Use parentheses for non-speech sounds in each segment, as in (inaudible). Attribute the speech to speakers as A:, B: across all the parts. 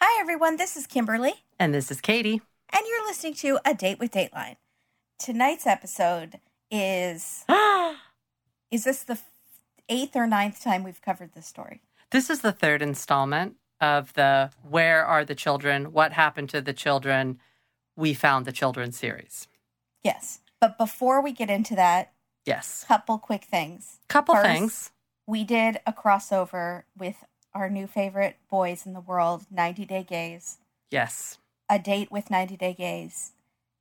A: Hi, everyone. This is Kimberly,
B: And this is Katie. (gasps)
A: and you're listening to A Date with Dateline. Tonight's episode is is this the f- eighth or ninth time we've covered this story?
B: this is the third installment of the Where Are the Children? What Happened to the Children? We Found the Children series.
A: Yes. But before we get into that,
B: Yes.
A: couple quick things.
B: Couple
A: First-
B: things.
A: We did a crossover with our new favorite boys in the world, 90 Day Gays,
B: Yes.
A: A Date with 90 Day Gays.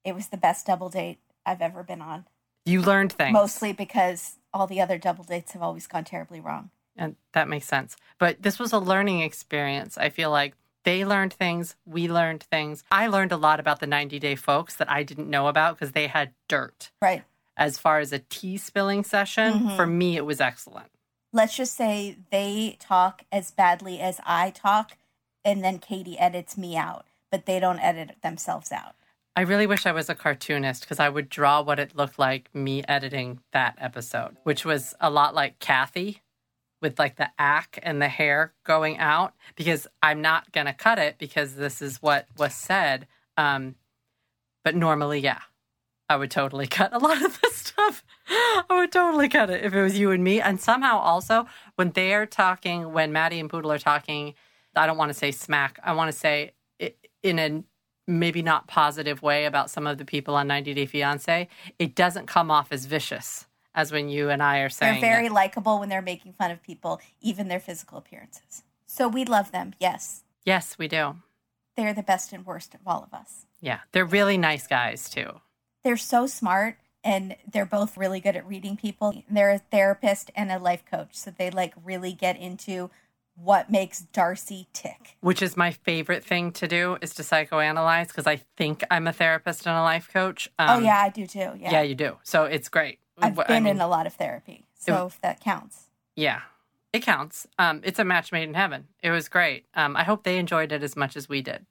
A: It was the best double date I've ever been on.
B: You learned things.
A: Mostly because all the other double dates have always gone terribly wrong.
B: And that makes sense. But this was a learning experience. I feel like they learned things. We learned things. I learned a lot about the 90 day folks that I didn't know about because they had dirt.
A: Right.
B: As far as a tea spilling session,
A: Mhm.
B: for me, it was excellent.
A: Let's just say they talk as badly as I talk, and then Katie edits me out, but they don't edit themselves out.
B: I really wish I was a cartoonist because I would draw what it looked like me editing that episode, which was a lot like Kathy with like the ack and the hair going out because I'm not going to cut it because this is what was said. Um, but normally, yeah, I would totally (laughs) cut a lot of this stuff. I would totally cut it if it was you and me. And somehow also when they're talking, when Maddie and Poodle are talking, I don't want to say smack. I want to say i- in a maybe not positive way about some of the people on 90 Day Fiance, it doesn't come off as vicious as when you and I are saying
A: They're very
B: it.
A: likable when they're making fun of people, even their physical appearances. So we love them. Yes,
B: Yes, we do.
A: they're the best and worst of all of us.
B: Yeah. They're really nice guys too.
A: They're so smart and they're both really good at reading people. They're a therapist and a life coach, so they like really get into what makes Darcy tick.
B: Which is my favorite thing to do is to psychoanalyze because I think I'm a therapist and a life coach.
A: oh yeah, I do too. Yeah.
B: Um, Yeah. you do. So it's great.
A: I've
B: I
A: been in
B: mean,
A: a lot of therapy, so if that counts.
B: yeah. It counts. Um, it's a match made in heaven. It was great. Um, I hope they enjoyed it as much as we did.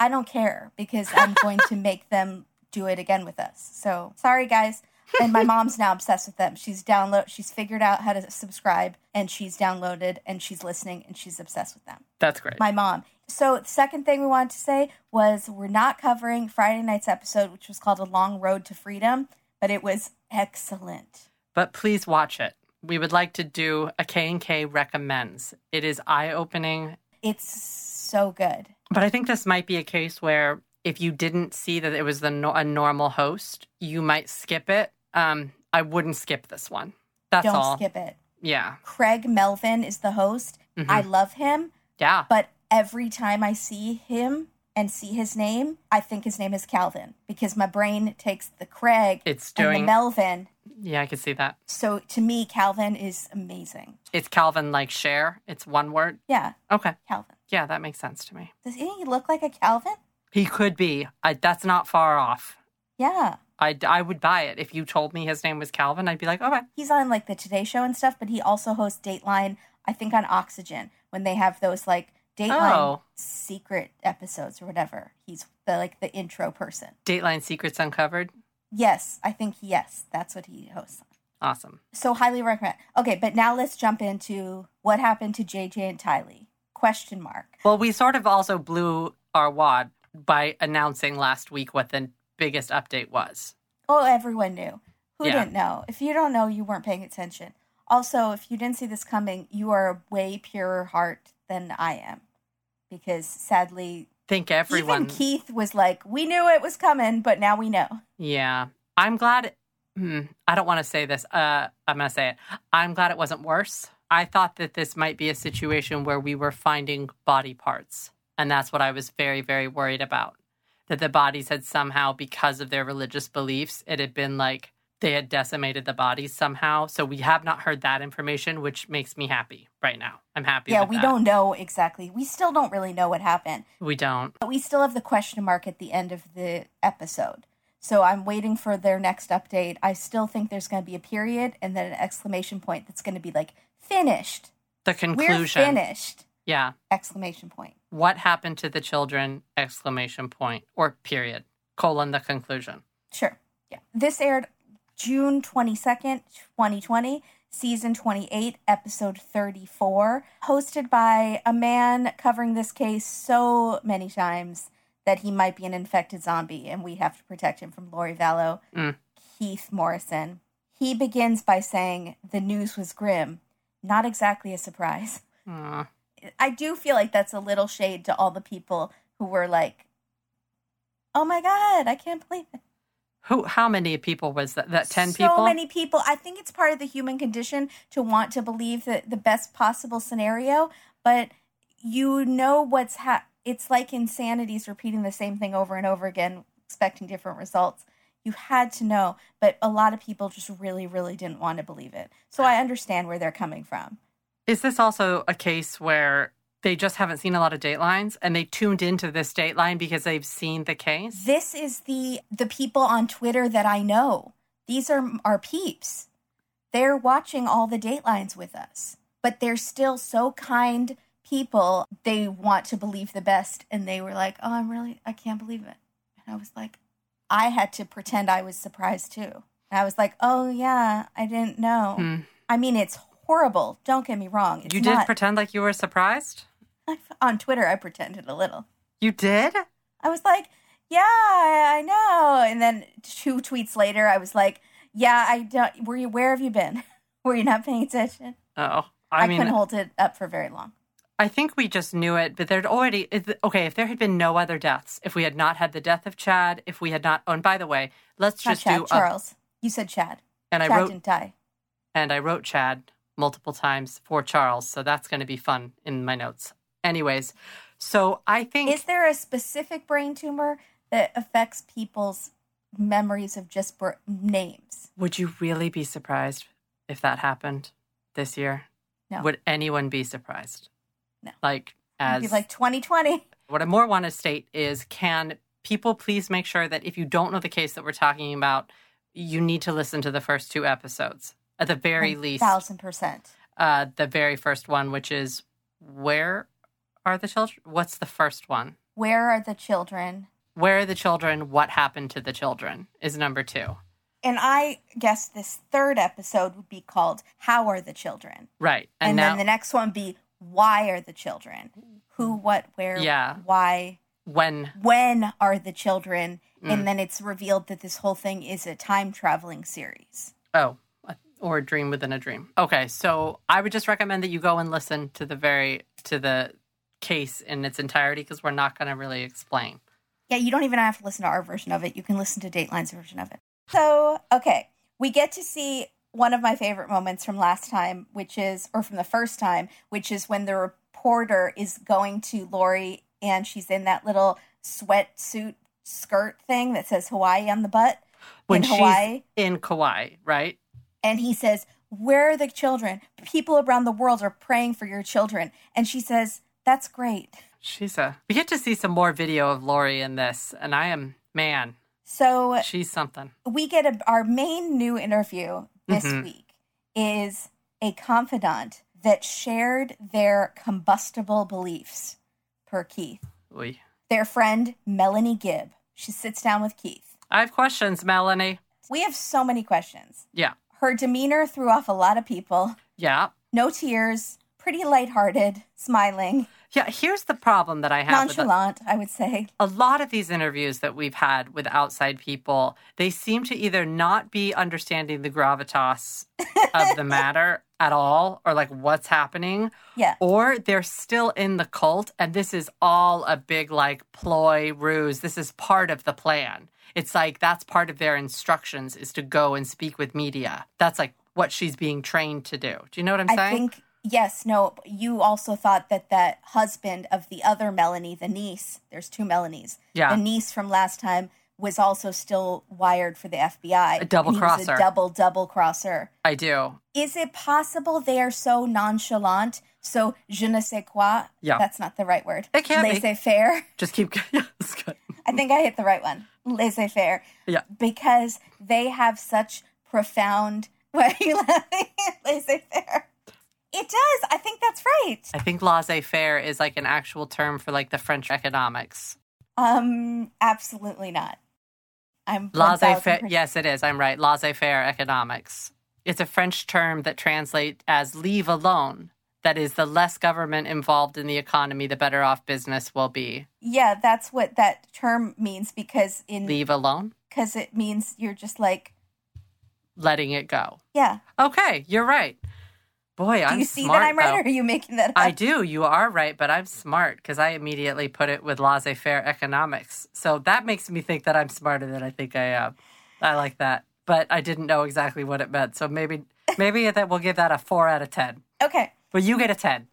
A: I don't care because I'm going to make them do it again with us. So sorry, guys. And my mom's now obsessed with them. She's download. She's figured out how to subscribe, and she's downloaded, and she's listening, and she's obsessed with them.
B: That's great.
A: My mom. So the second thing we wanted to say was we're not covering Friday night's episode, which was called "A Long Road to Freedom," but it was excellent.
B: but please watch it. We would like to do a K&K recommends. It is eye-opening
A: It's so good.
B: But I think this might be a case where if you didn't see that it was the no- a normal host, you might skip it. Um, I wouldn't skip this one. That's
A: Don't
B: all.
A: skip it.
B: Yeah,
A: Craig Melvin is the host.
B: Mhm.
A: I love him.
B: yeah.
A: But every time I see him and see his name, I think his name is Calvin because my brain takes the Craig
B: It's
A: and the
B: doing.
A: Melvin.
B: yeah, I could see that.
A: So to me, Calvin is amazing.
B: It's Calvin like share. It's one word.
A: Yeah,
B: Okay.
A: Calvin.
B: Yeah, that makes sense to me.
A: Does he look like a Calvin?
B: He could be. I, that's not far off.
A: Yeah.
B: I, I would buy it if you told me his name was Calvin. I'd be like, okay.
A: He's on like the Today Show and stuff, but he also hosts Dateline, I think on Oxygen, when they have those like Dateline
B: Oh.
A: secret episodes or whatever. He's the like the intro person.
B: Dateline secrets uncovered.
A: Yes, I think yes, that's what he hosts.
B: Awesome.
A: So highly recommend. Okay, but now let's jump into what happened to JJ and Tylee? Question mark.
B: Well, we sort of also blew our wad by announcing last week what the biggest update was.
A: Oh, everyone knew. Who
B: Yeah.
A: didn't know? If you don't know, you weren't paying attention. Also, if you didn't see this coming, you are a way purer heart than I am. Because sadly,
B: think everyone.
A: even Keith was like, "We knew it was coming, but now we know."
B: yeah, I'm glad. Hmm, I don't want to say this. Uh, I'm gonna say it. I'm glad it wasn't worse. I thought that this might be a situation where we were finding body parts, and that's what I was very, very worried about. That the bodies had somehow, because of their religious beliefs, it had been like they had decimated the bodies somehow. So we have not heard that information, which makes me happy right now. I'm happy.
A: Yeah,
B: with
A: we
B: that.
A: don't know exactly. We still don't really know what happened.
B: We don't.
A: But we still have the question mark at the end of the episode. So I'm waiting for their next update. I still think there's going to be a period and then an exclamation point that's going to be like finished.
B: The
A: We're
B: conclusion.
A: finished.
B: Yeah.
A: Exclamation point.
B: what happened to the children exclamation point or period colon the conclusion
A: Sure. Yeah. This aired June 22nd, 2020. season 28, episode 34, hosted by a man covering this case so many times that he might be an infected zombie and we have to protect him from Lori Vallow,
B: Mm.
A: Keith Morrison. He begins by saying, The news was grim. Not exactly a surprise.
B: Aw.
A: I do feel like that's a little shade to all the people who were like, "Oh my god, I can't believe it."
B: Who? How many people was that? That ten
A: so
B: people?
A: many people. I think it's part of the human condition to want to believe that the best possible scenario, but you know what's ha- it's like insanity's repeating the same thing over and over again, expecting different results. You had to know, but a lot of people just really, really didn't want to believe it. So I understand where they're coming from.
B: Is this also a case where they just haven't seen a lot of datelines and they tuned into this dateline because they've seen the case?
A: This is the the people on Twitter that I know. These are our peeps. They're watching all the datelines with us, but they're still so kind people. They want to believe the best, and they were like, "Oh, I'm really, I can't believe it." And I was like, I had to pretend I was surprised too. And I was like, "Oh yeah, I didn't know."
B: Hmm.
A: I mean, it's horrible. Don't get me wrong. It's
B: You did
A: not,
B: pretend like you were surprised.
A: (laughs) on Twitter. I pretended a little.
B: You did.
A: I was like, yeah, I I know. And then two tweets later, I was like, yeah, I don't. Were you? Where have you been? (laughs) Were you not paying attention?
B: Oh,
A: I,
B: I, mean,
A: couldn't hold it up for very long.
B: I think we just knew it, but there'd already if- okay. If there had been no other deaths, if we had not had the death of Chad, if we had not. Oh, and by the way, let's
A: Not
B: just
A: Chad,
B: do. a-
A: Charles. you said Chad.
B: and I
A: Chad
B: wrote
A: didn't die.
B: and I wrote Chad multiple times for Charles, so that's going to be fun in my notes. Anyways, so I think
A: Is there a specific brain tumor that affects people's memories of just br- names?
B: Would you really be surprised if that happened this year?
A: No.
B: Would anyone be surprised?
A: No.
B: Like
A: It'd
B: as
A: be like 2020.
B: what I more want to state is can people please make sure that if you don't know the case that we're talking about, you need to listen to the first two episodes. At the very least,
A: thousand percent.
B: uh, the very first one, which is where are the children? What's the first one?
A: Where are the children?
B: Where are the children? What happened to the children is number two.
A: And I guess this third episode would be called "How Are the Children."
B: Right.
A: and,
B: And, now
A: then the next one be why are the children who what where
B: Mm-hmm. Yeah.
A: why
B: when
A: when are the children
B: Mm.
A: and then it's revealed that this whole thing is a time traveling series
B: Oh, or a dream within a dream. Okay, so I would just recommend that you go and listen to the very to the case in its entirety because we're not going to really explain.
A: yeah you don't even have to listen to our version of it you can listen to dateline's version of it so okay we get to see one of my favorite moments from last time which is or from the first time which is when the reporter is going to lori and she's in that little sweatsuit skirt thing that says hawaii on the butt
B: When
A: in hawaii
B: she's in Kauai, right?
A: and he says, Where are the children? People around the world are praying for your children. And she says, That's great.
B: She's a. We get to see some more video of Lori in this, and I am man.
A: So
B: She's something.
A: we get a, our main new interview this
B: Mhm.
A: week is a confidant that shared their combustible beliefs per Keith.
B: We.
A: Their friend, Melanie Gibb. She sits down with Keith.
B: I have questions, Melanie.
A: We have so many questions.
B: Yeah,
A: Her demeanor threw off a lot of people.
B: yeah,
A: No tears, pretty lighthearted, smiling,
B: yeah. Here's the problem that I have. with the-
A: nonchalant, I would say.
B: a lot of these interviews that we've had with outside people, they seem to either not be understanding the gravitas
A: (laughs)
B: of the matter at all or like what's happening,
A: Yeah.
B: or they're still in the cult and this is all a big like ploy ruse. This is part of the plan. It's like that's part of their instructions is to go and speak with media. That's like what she's being trained to do. Do you know what I'm
A: I
B: saying?
A: think yes, no. You also thought that that husband of the other Melanie, the niece. There's two Melanies.
B: Yeah.
A: the niece from last time was also still wired for the FBI.
B: A double
A: and he was
B: crosser.
A: A double double crosser.
B: I do.
A: Is it possible they are so nonchalant? So je ne sais quoi.
B: Yeah.
A: that's not the right word.
B: It can't be.
A: Laissez faire.
B: Just keep (laughs) yeah, it's good.
A: I think I hit the right one. Laissez faire.
B: Yeah.
A: because they have such profound. (laughs) Why are you laughing? Laissez faire. It does. I think that's right.
B: I think laissez faire is like an actual term for like the French economics.
A: Um, absolutely not. I'm
B: Laissez
A: 1000%
B: faire. Yes, it is. I'm right. Laissez faire economics. It's a French term that translates as leave alone. That is, the less government involved in the economy, the better off business will be.
A: Yeah, that's what that term means because in
B: Leave alone,
A: because it means you're just like
B: letting it go.
A: yeah.
B: Okay, you're right. Boy,
A: Do
B: I'm
A: you see
B: smart,
A: that I'm right,
B: though.
A: or are you making that up?
B: I do. You are right, but I'm smart because I immediately put it with laissez faire economics. So that makes me think that I'm smarter than I think I am. I like that. But I didn't know exactly what it meant. So maybe maybe that we'll give that a four out of ten.
A: okay,
B: But you get a ten.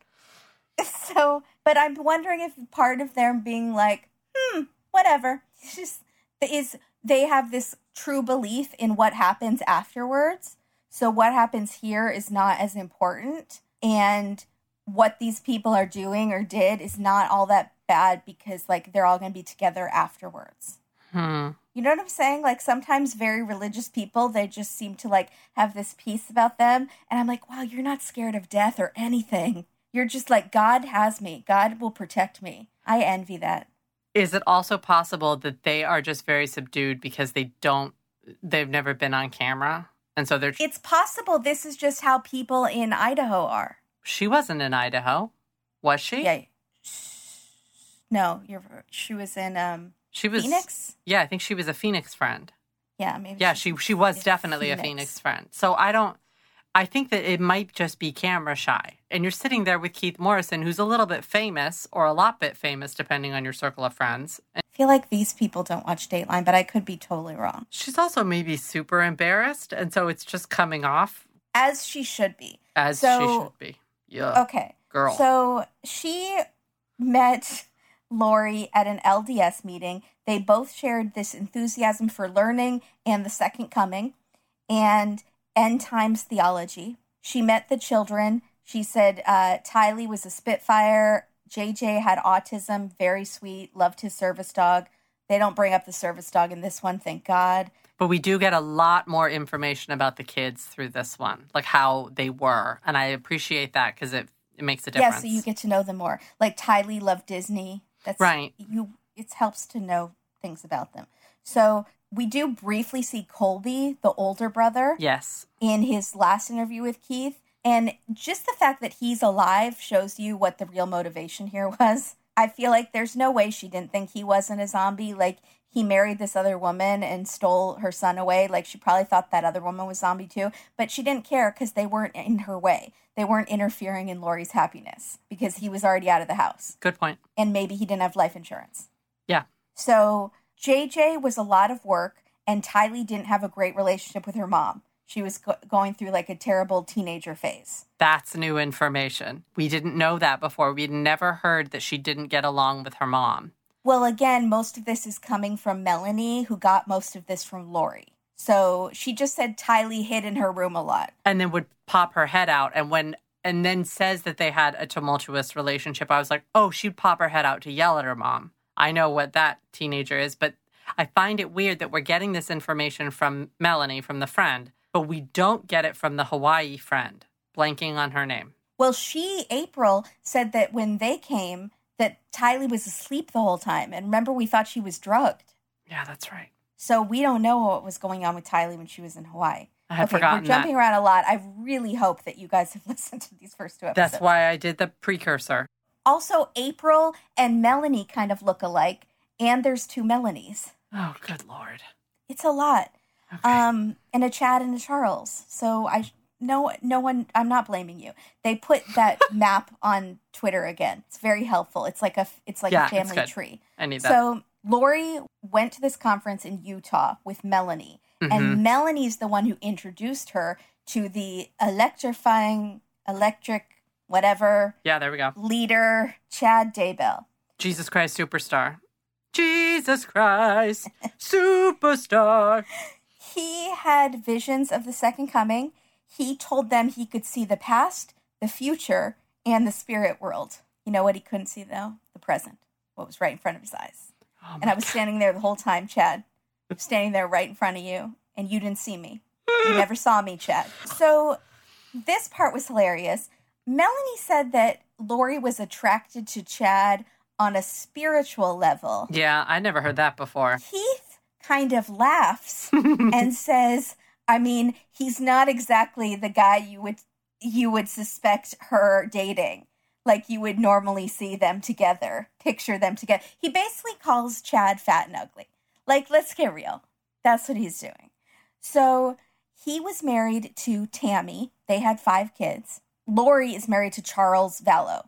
A: (laughs) so but I'm wondering if part of them being like, hmm, whatever, it's just is they have this true belief in what happens afterwards. So what happens here is not as important, and what these people are doing or did is not all that bad because like they're all going to be together afterwards.
B: Hmm.
A: You know what I'm saying? Like sometimes very religious people, they just seem to like have this peace about them. And I'm like, wow, you're not scared of death or anything. You're just like, God has me. God will protect me. I envy that.
B: Is it also possible that they are just very subdued because they don't they've never been on camera? And so they're
A: It's possible this is just how people in Idaho are.
B: she wasn't in Idaho, was she?
A: Yeah. No, you're she was in um
B: She was
A: Phoenix?
B: Yeah, I think she was a Phoenix friend.
A: Yeah, maybe.
B: Yeah,
A: she's-
B: she she was
A: a
B: definitely a
A: phoenix.
B: Phoenix friend. So I don't I think that it might just be camera shy. And you're sitting there with Keith Morrison who's a little bit famous or a lot bit famous depending on your circle of friends. And
A: I feel like these people don't watch Dateline, but I could be totally wrong.
B: she's also maybe super embarrassed and so it's just coming off
A: As she should be.
B: as she
A: So-
B: should be. Yeah.
A: Okay.
B: girl.
A: So she met Lori at an LDS meeting. They both shared this enthusiasm for learning and the second coming and end times theology. She met the children. She said uh, Tylee was a Spitfire. JJ had autism, very sweet, loved his service dog. They don't bring up the service dog in this one, thank God.
B: But we do get a lot more information about the kids through this one, like how they were. And I appreciate that because it, it makes a
A: Yeah,
B: difference.
A: so you get to know them more. Like Tylee loved Disney. That's
B: Right.
A: You it helps to know things about them. So we do briefly see Colby, the older brother,
B: yes.
A: in his last interview with Keith. And just the fact that he's alive shows you what the real motivation here (laughs) was. I feel like there's no way she didn't think he wasn't a zombie. Like, he married this other woman and stole her son away. Like, she probably thought that other woman was zombie too, but she didn't care because they weren't in her way. They weren't interfering in Lori's happiness because he was already out of the house
B: Good point.
A: and maybe he didn't have life insurance.
B: Yeah.
A: So JJ was a lot of work, and Tylee didn't have a great relationship with her mom. She was go- going through like a terrible teenager phase.
B: That's new information. We didn't know that before. We'd never heard that she didn't get along with her mom.
A: Well, again, most of this is coming from Melanie, who got most of this from Lori. So she just said Tylee hid in her room a lot.
B: And then would pop her head out and when and then says that they had a tumultuous relationship. I was like, "Oh, she'd pop her head out to yell at her mom." I know what that teenager is, but I find it weird that we're getting this information from Melanie from the friend, but we don't get it from the Hawaii friend, blanking on her name.
A: Well, she, April, said that when they came, that Tylee was asleep the whole time. And remember, we thought she was drugged.
B: Yeah, that's right.
A: So we don't know what was going on with Tylee when she was in Hawaii.
B: I had
A: okay,
B: forgotten
A: we're jumping around a lot. I really hope that you guys (laughs) have listened to these first two
B: that.
A: episodes.
B: That's why I did the precursor.
A: Also, April and Melanie kind of look alike, and there's two Melanies.
B: Oh, good lord.
A: It's a lot.
B: Okay.
A: Um, and a Chad and a Charles. So I no no one. I'm not blaming you. They put
B: (laughs)
A: that map on Twitter again. It's very helpful. It's like a it's like a
B: Yeah, it's
A: family
B: good.
A: tree.
B: I need that.
A: So Lori went to this conference in Utah with Melanie,
B: Mm-hmm.
A: and Melanie's the one who introduced her to the electrifying, electric, whatever
B: yeah, there we go.
A: leader, Chad Daybell.
B: Jesus Christ Superstar. Jesus
A: (laughs)
B: Christ Superstar.
A: He had visions of the second coming. He told them he could see the past, the future, and the spirit world. You know what he couldn't see though? The present, what was right in front of his eyes.
B: Oh
A: and I was standing there the whole time, Chad. I'm standing there right in front of you, and you didn't see me. You never saw me, Chad. So this part was hilarious. Melanie said that Lori was attracted to Chad on a spiritual level.
B: Yeah, I never heard that before.
A: Keith kind of laughs and says, I mean, he's not exactly the guy you would you would suspect her dating. Like you would normally see them together, picture them together. He basically calls Chad fat and ugly. Like, let's get real. That's what he's doing. So he was married to Tammy. They had five kids. Lori is married to Charles Vallow.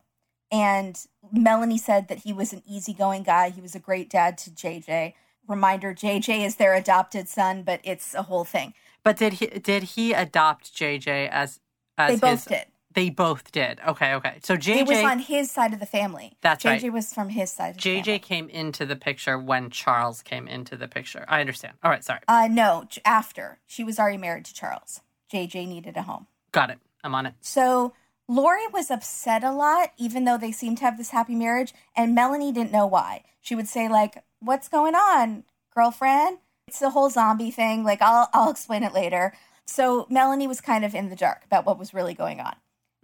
A: And Melanie said that he was an easygoing guy. He was a great dad to JJ. Reminder JJ is their adopted son, but it's a whole thing.
B: But did he did he adopt JJ as as
A: They both
B: his,
A: did.
B: They both did. Okay, okay. So
A: It was on
B: JJ
A: his side of the family.
B: That's
A: JJ
B: right.
A: was from his side of the family.
B: JJ came into the picture when Charles came into the picture. I understand. All right, sorry.
A: Uh, no, j- after. She was already married to Charles. JJ needed a home.
B: Got it. I'm on it.
A: So Lori was upset a lot, even though they seemed to have this happy marriage, and Melanie didn't know why. She would say, like, What's going on, girlfriend? It's the whole zombie thing. Like, I'll, I'll explain it later. So Melanie was kind of in the dark about what was really going on.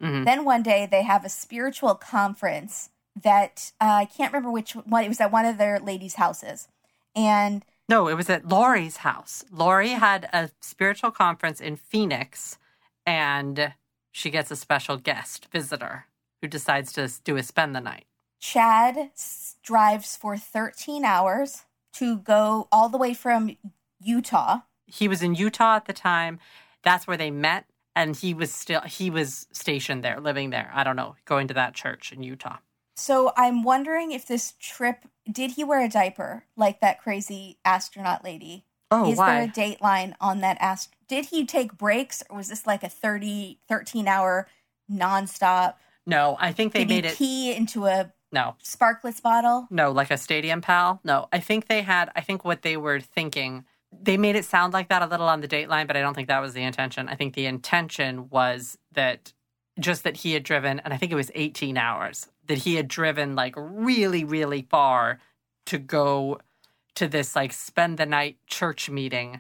B: Mhm.
A: Mm-hmm. Then one day they have a spiritual conference that uh, I can't remember which one. It was at one of their ladies' houses. And
B: No, it was at Lori's house. Lori had a spiritual conference in Phoenix, and she gets a special guest visitor who decides to s- do a spend the night.
A: Chad s- drives for 13 hours to go all the way from Utah.
B: He was in Utah at the time. That's where they met, and he was still he was stationed there, living there. I don't know, going to that church in Utah.
A: So I'm wondering if this trip did he wear a diaper like that crazy astronaut lady?
B: Oh,
A: Is there a date line on that ast- Did he take breaks or was this like a 30 13 hour nonstop?
B: No, I think they
A: did
B: made
A: he pee
B: it.
A: into a
B: no,
A: sparkless bottle?
B: No, like a stadium pal. No, I think they had, I think what they were thinking, they made it sound like that a little on the dateline, but I don't think that was the intention. I think the intention was that just that he had driven, and I think it was 18 hours, that he had driven like really, really far to go to this like spend the night church meeting.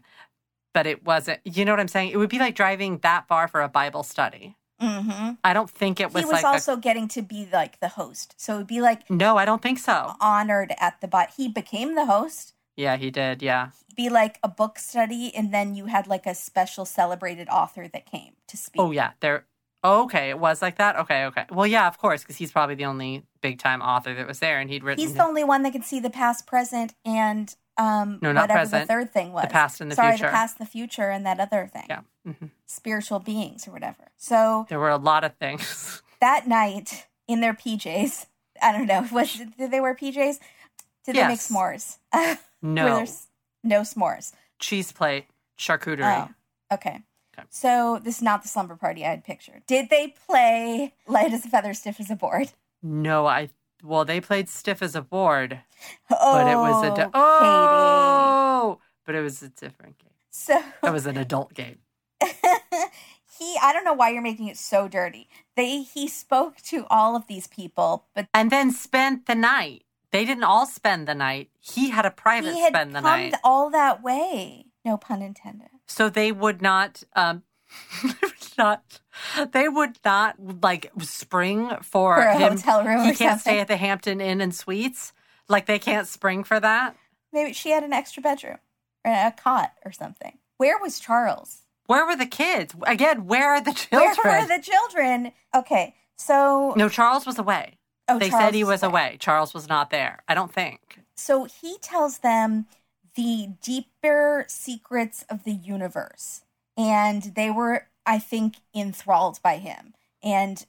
B: But it wasn't, you know what I'm saying? It would be like driving that far for a Bible study.
A: Mhm.
B: I don't think it was,
A: He was
B: like, a-
A: also getting to be like the host. So it'd be like
B: no, I don't think so.
A: honored at the bot. He became the host.
B: Yeah, he did. Yeah.
A: be like a book study and then you had like a special celebrated author that came to speak.
B: Oh yeah, there. Oh, okay, it was like that. Okay, okay. Well, yeah, of course, because he's probably the only big time author that was there, and he'd written
A: He's the only one that could see the past, present, and um
B: No, not
A: whatever
B: present.
A: the third thing was.
B: past and the
A: Sorry,
B: future.
A: the past, the future, and that other thing.
B: yeah. Mhm.
A: Spiritual beings or whatever. So
B: There were a lot of things. (laughs)
A: that night in their PJs, I don't know, (laughs) was did they wear PJs? Did they make
B: Yes.
A: s'mores? (laughs) Were there
B: No
A: s- no s'mores.
B: cheese plate, charcuterie.
A: Oh, okay.
B: Okay.
A: So this is not the slumber party I had pictured. Did they play light as a feather, stiff as a board? (laughs)
B: No, I. Well, they played stiff as a board,
A: Oh,
B: but it was a di-
A: Katie.
B: oh, but it was a different game.
A: So
B: That was an adult game. Oh.
A: (laughs) he, I don't know why you're making it so dirty. They he spoke to all of these people, but
B: And then spent the night. They didn't all spend the night. He had a private
A: he had
B: spend the
A: come
B: night.
A: all that way. No pun intended.
B: so they would not um (laughs) they would not they would not like spring for,
A: For a
B: him.
A: hotel room
B: he
A: or
B: can't
A: something.
B: stay at the hampton inn and suites like they can't spring for that
A: Maybe she had an extra bedroom or a cot or something. Where was Charles?
B: where were the kids again where are the children
A: (laughs) Where were the children? Okay, so
B: no charles was away
A: oh,
B: they said
A: Charles
B: he was
A: away.
B: away charles was not there i don't think
A: So he tells them the deeper secrets of the universe. And they were, I think, enthralled by him and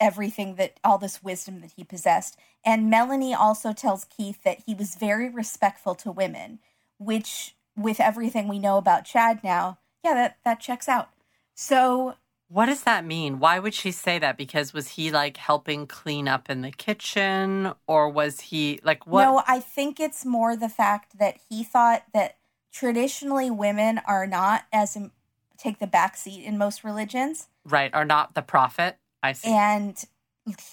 A: everything that all this wisdom that he possessed. And Melanie also tells Keith that he was very respectful to women, which, with everything we know about Chad now, yeah, that, that checks out. So
B: what does that mean why would she say that because was he like helping clean up in the kitchen or was he like what
A: No, I think it's more the fact that he thought that traditionally women are not as im- take the back seat in most religions,
B: right or not the prophet i see
A: and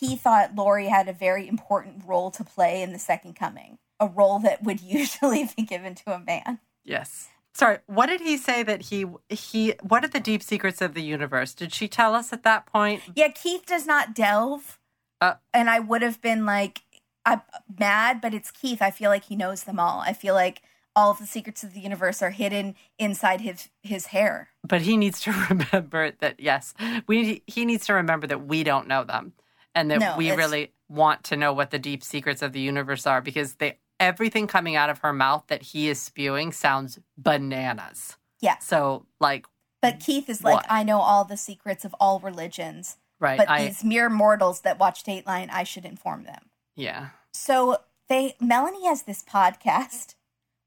A: he thought Lori had a very important role to play in the Second Coming, a role that would (laughs) usually be given to a man.
B: Yes. Sorry, what did he say that he he what are the deep secrets of the universe? Did she tell us at that point?
A: Yeah, Keith does not delve,
B: Uh.
A: and I would have been like, I'm mad, but it's Keith. I feel like he knows them all. I feel like all of the secrets of the universe are hidden inside his his hair.
B: But he needs to (laughs) remember that yes, we he needs to remember that we don't know them and that
A: No,
B: we
A: it's-
B: really want to know what the deep secrets of the universe are because they everything coming out of her mouth that he is spewing sounds bananas.
A: Yeah.
B: So like
A: But Keith is like,
B: What?
A: I know all the secrets of all religions,
B: right
A: but
B: I
A: these mere mortals that watch Dateline, I should inform them.
B: yeah.
A: So they Melanie has this podcast,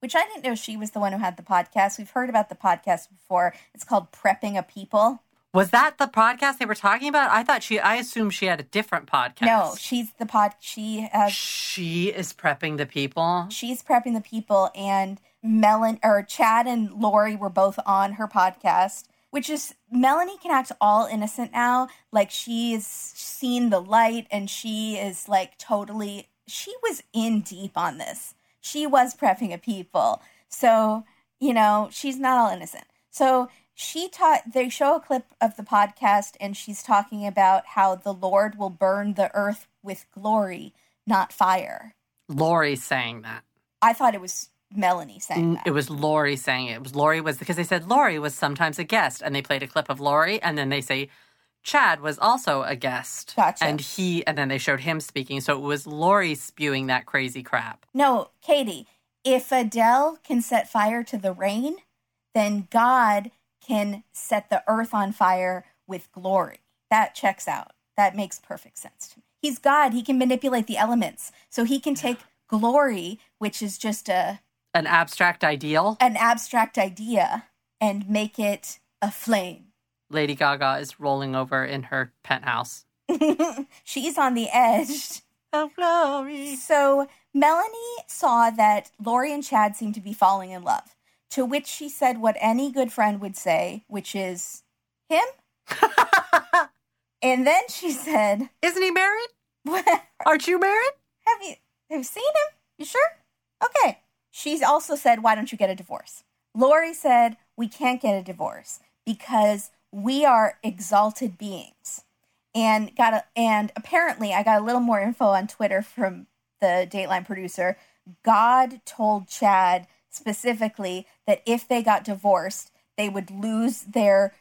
A: which I didn't know she was the one who had the podcast. We've heard about the podcast before. It's called Prepping a People.
B: Was that the podcast they were talking about? I thought she I assumed she had a different podcast.
A: No, she's the pod she has
B: she is prepping the people.
A: she's prepping the people and Melon or Chad and Lori were both on her podcast, which is Melanie can act all innocent now. Like she's seen the light and she is like totally she was in deep on this. She was prepping a people. So, you know, she's not all innocent. So she taught they show a clip of the podcast and she's talking about how the Lord will burn the earth with glory, not fire.
B: Lori saying that.
A: I thought it was Melanie saying
B: N-
A: that.
B: Mm, It was Lori saying it. it was Lori was because they said Lori was sometimes a guest, and they played a clip of Lori, and then they say Chad was also a guest,
A: Gotcha.
B: and he, and then they showed him speaking. So it was Lori spewing that crazy crap.
A: no, Katie, if Adele can set fire to the rain, then God can set the earth on fire with glory. That checks out. That makes perfect sense to me. He's God. He can manipulate the elements. So he can take glory, which is just a
B: An abstract ideal.
A: an abstract idea, and make it a flame. (laughs)
B: Lady Gaga is rolling over in her penthouse.
A: She's on the edge.
B: Oh, glory!
A: So Melanie saw that Lori and Chad seemed to be falling in love, to which she said what any good friend would say, which is him. and then she said, (laughs)
B: Isn't he married?
A: "What?
B: Aren't you married?
A: "Have you have you seen him? You sure? Okay." She also said, "Why don't you get a divorce?" Lori said, "We can't get a divorce because we are exalted beings." and got a, and apparently I got a little more info on Twitter from the Dateline producer. God told Chad specifically that if they got divorced, they would lose their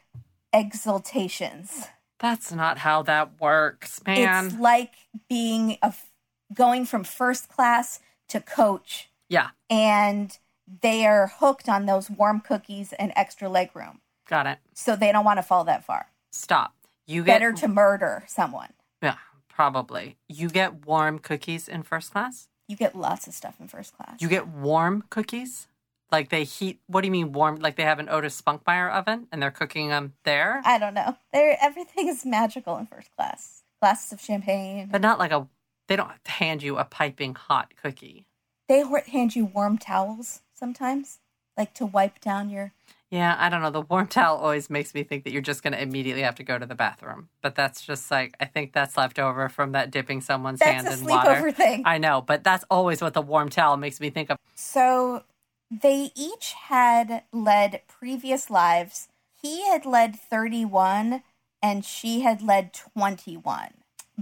A: exaltations.
B: That's not how that works, man.
A: It's like being a f- going from first class to coach
B: yeah,
A: and they are hooked on those warm cookies and extra legroom.
B: got it.
A: So they don't want to fall that far.
B: Stop. You get
A: Better to murder someone.
B: Yeah, probably. You get warm cookies in first class?
A: You get lots of stuff in first class.
B: You get warm cookies? Like they heat, what do you mean warm? Like they have an Otis Spunkmeyer oven and they're cooking them there?
A: I don't know. They're, everything is magical in first class. Glasses of champagne.
B: But not like a, they don't hand you a piping hot cookie.
A: They hor- hand you warm towels sometimes, like to wipe down your.
B: Yeah, I don't know. The warm towel always makes me think that you're just going to immediately have to go to the bathroom. But that's just like, I think that's left over from that dipping someone's hand
A: That's a
B: in water.
A: sleepover thing.
B: I know, but that's always what the warm towel makes me think of.
A: So they each had led previous lives. He had led 31 and she had led 21.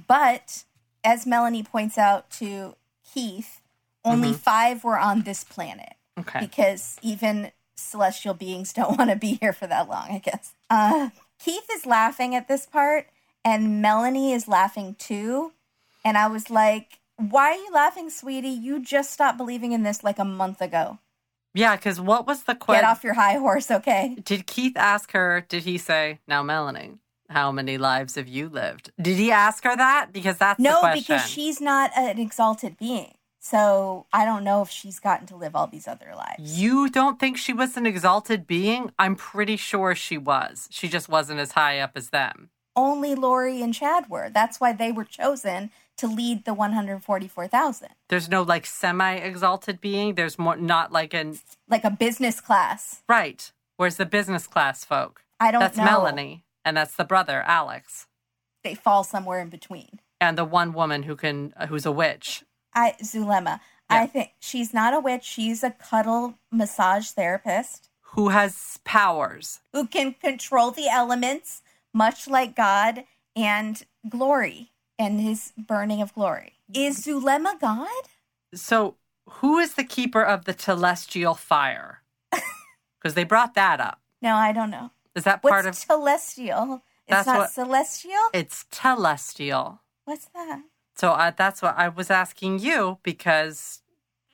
A: But as Melanie points out to Keith, only five were on this planet.
B: Okay.
A: because even celestial beings (laughs) don't want to be here for that long, I guess. Uh, Keith is laughing at this part, and Melanie is laughing too. And I was like, why are you laughing, sweetie? You just stopped believing in this like a month ago.
B: Yeah, because what was the question?
A: Get off your high horse, okay?
B: Did Keith ask her, did he say, now Melanie, how many lives have you lived? Did he ask her that? Because that's the
A: No,
B: question.
A: because she's not an exalted being. So I don't know if she's gotten to live all these other lives.
B: You don't think she was an exalted being? I'm pretty sure she was. She just wasn't as high up as them.
A: Only Lori and Chad were. That's why they were chosen to lead the 144,000,
B: There's no like semi exalted being. There's more, not like an,
A: like a business class.
B: right. Where's the business class folk?
A: I don't
B: that's
A: know.
B: Melanie. And that's the brother, Alex.
A: They fall somewhere in between.
B: And the one woman who can, who's a witch.
A: I Zulema.
B: Yeah.
A: I think she's not a witch. She's a cuddle massage therapist
B: Who has powers?
A: who can control the elements, much like God and glory and his burning of glory. Is Zulema God?
B: So who is the keeper of the
A: (laughs)
B: telestial fire? Because they brought that up.
A: No, I don't know.
B: Is that
A: What's
B: part of
A: celestial? It's
B: That's
A: not
B: what-
A: celestial.
B: it's telestial?
A: What's that?
B: So I, that's what I was asking you because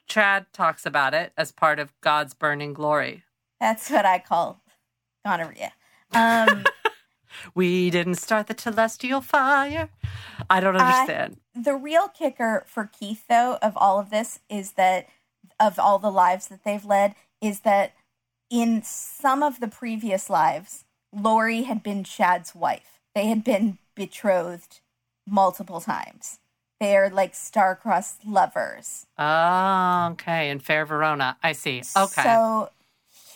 B: Chad talks about it as part of God's burning glory.
A: That's what I call gonorrhea. Um,
B: We didn't start the telestial fire. I don't
A: I-
B: understand.
A: the real kicker for Keith, though, of all of this is that of all the lives that they've led, is that in some of the previous lives, Lori had been Chad's wife. They had been betrothed multiple times. They are like star-crossed lovers.
B: oh, okay. In Fair Verona. I see. Okay.
A: So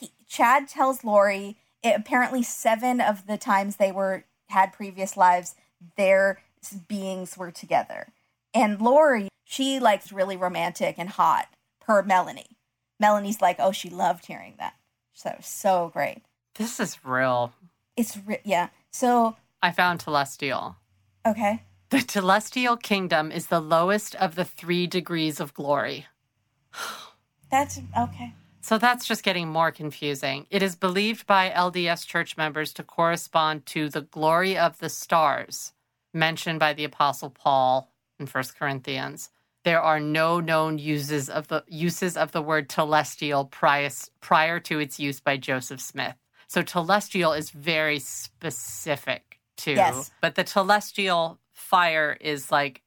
A: he, Chad tells Lori it, apparently seven of the times they were had previous lives, their s- beings were together. And Lori, she likes really romantic and hot per Melanie. Melanie's like, oh, she loved hearing that. So so great.
B: this is real.
A: It's ri- yeah. So
B: I found telestial.
A: okay,
B: The telestial kingdom is the lowest of the three degrees of glory.
A: that's okay.
B: So that's just getting more confusing. It is believed by LDS church members to correspond to the glory of the stars mentioned by the apostle Paul in 1 Corinthians. There are no known uses of the uses of the word telestial prior, prior to its use by Joseph Smith. So telestial is very specific too.
A: Yes.
B: But the telestial fire is like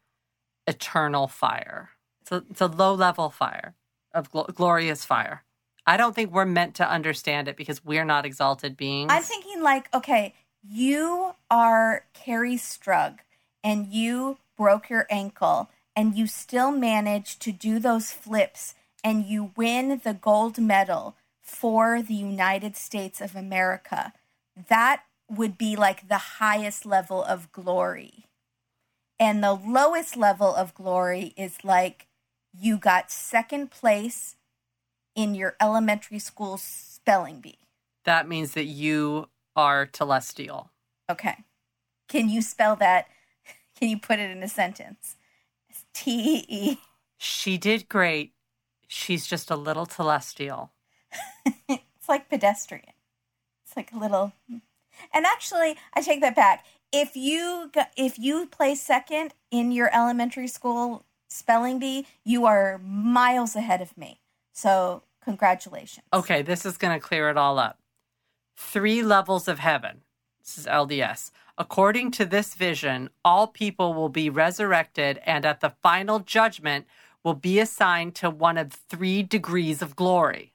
B: eternal fire. It's a, it's a low level fire of gl- glorious fire. I don't think we're meant to understand it because we're not exalted beings.
A: I'm thinking like, okay, you are Carrie Strug and you broke your ankle and you still managed to do those flips and you win the gold medal for the United States of America. That would be like the highest level of glory. And the lowest level of glory is like you got second place in your elementary school spelling bee.
B: that means that you are telestial.
A: Okay. Can you spell that? (laughs) Can you put it in a sentence? T E E.
B: She did great. She's just a little telestial.
A: It's like pedestrian. It's like a little. And actually, I take that back. If you go- if you play second in your elementary school spelling bee, you are miles ahead of me. So congratulations.
B: Okay, this is going to clear it all up. Three levels of heaven. This is LDS. According to this vision, all people will be resurrected and at the final judgment will be assigned to one of three degrees of glory.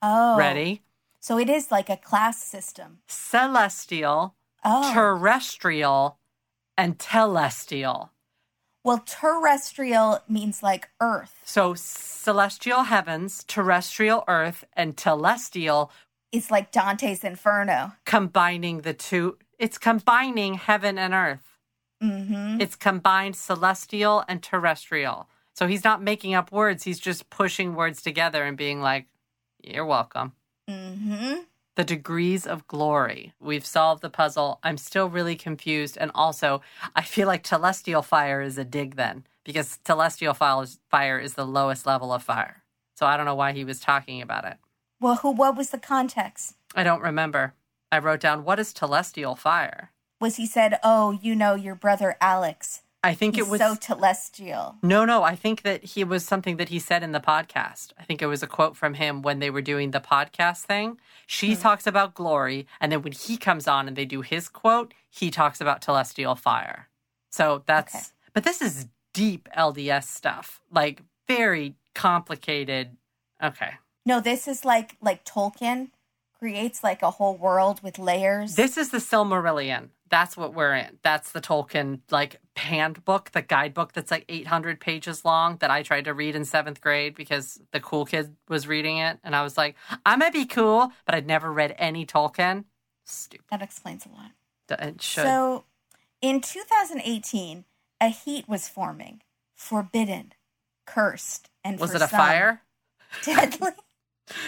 A: Oh,
B: Ready?
A: So it is like a class system.
B: Celestial,
A: Oh,
B: terrestrial, and telestial.
A: well, terrestrial means like Earth.
B: So celestial heavens, terrestrial earth, and telestial
A: It's like Dante's Inferno.
B: combining the two. It's combining heaven and earth.
A: Mm-hmm.
B: It's combined celestial and terrestrial. So he's not making up words, he's just pushing words together and being like, You're welcome.
A: Mm-hmm.
B: The degrees of glory. We've solved the puzzle. I'm still really confused. And also, I feel like telestial fire is a dig then, because telestial fi- fire is the lowest level of fire. So I don't know why he was talking about it.
A: Well, who? What was the context?
B: I don't remember. I wrote down, What is telestial fire?
A: Was he said, "Oh, you know your brother Alex?
B: I think
A: He's
B: it was
A: so telestial."
B: No, no. I think that he was something that he said in the podcast. I think it was a quote from him when they were doing the podcast thing. She talks about glory. And then when he comes on and they do his quote, he talks about celestial fire. So that's,
A: Okay.
B: but this is deep LDS stuff, like very complicated. Okay.
A: No, this is like like Tolkien creates like a whole world with layers.
B: This is the Silmarillion. That's what we're in. That's the Tolkien like handbook, the guidebook that's like 800 pages long that I tried to read in seventh grade because the cool kid was reading it. And I was like, I'm going to be cool, but I'd never read any Tolkien. Stupid.
A: that explains a lot.
B: It should.
A: So, in 2018, a heat was forming, forbidden, cursed, and
B: was
A: for
B: it a
A: some,
B: fire?
A: (laughs) Deadly.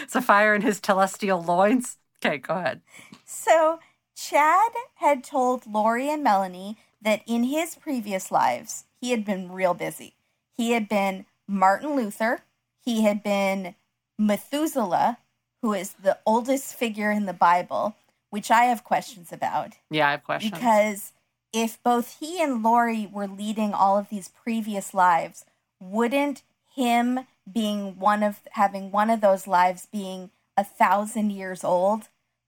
B: It's a fire in his telestial loins. Okay, go ahead.
A: So Chad had told Lori and Melanie that in his previous lives, he had been real busy. He had been Martin Luther, he had been Methuselah, who is the oldest figure in the Bible, which I have questions about
B: Yeah, I have questions.
A: because if both he and Lori were leading all of these previous lives, wouldn't him being one of having one of those lives being a thousand years old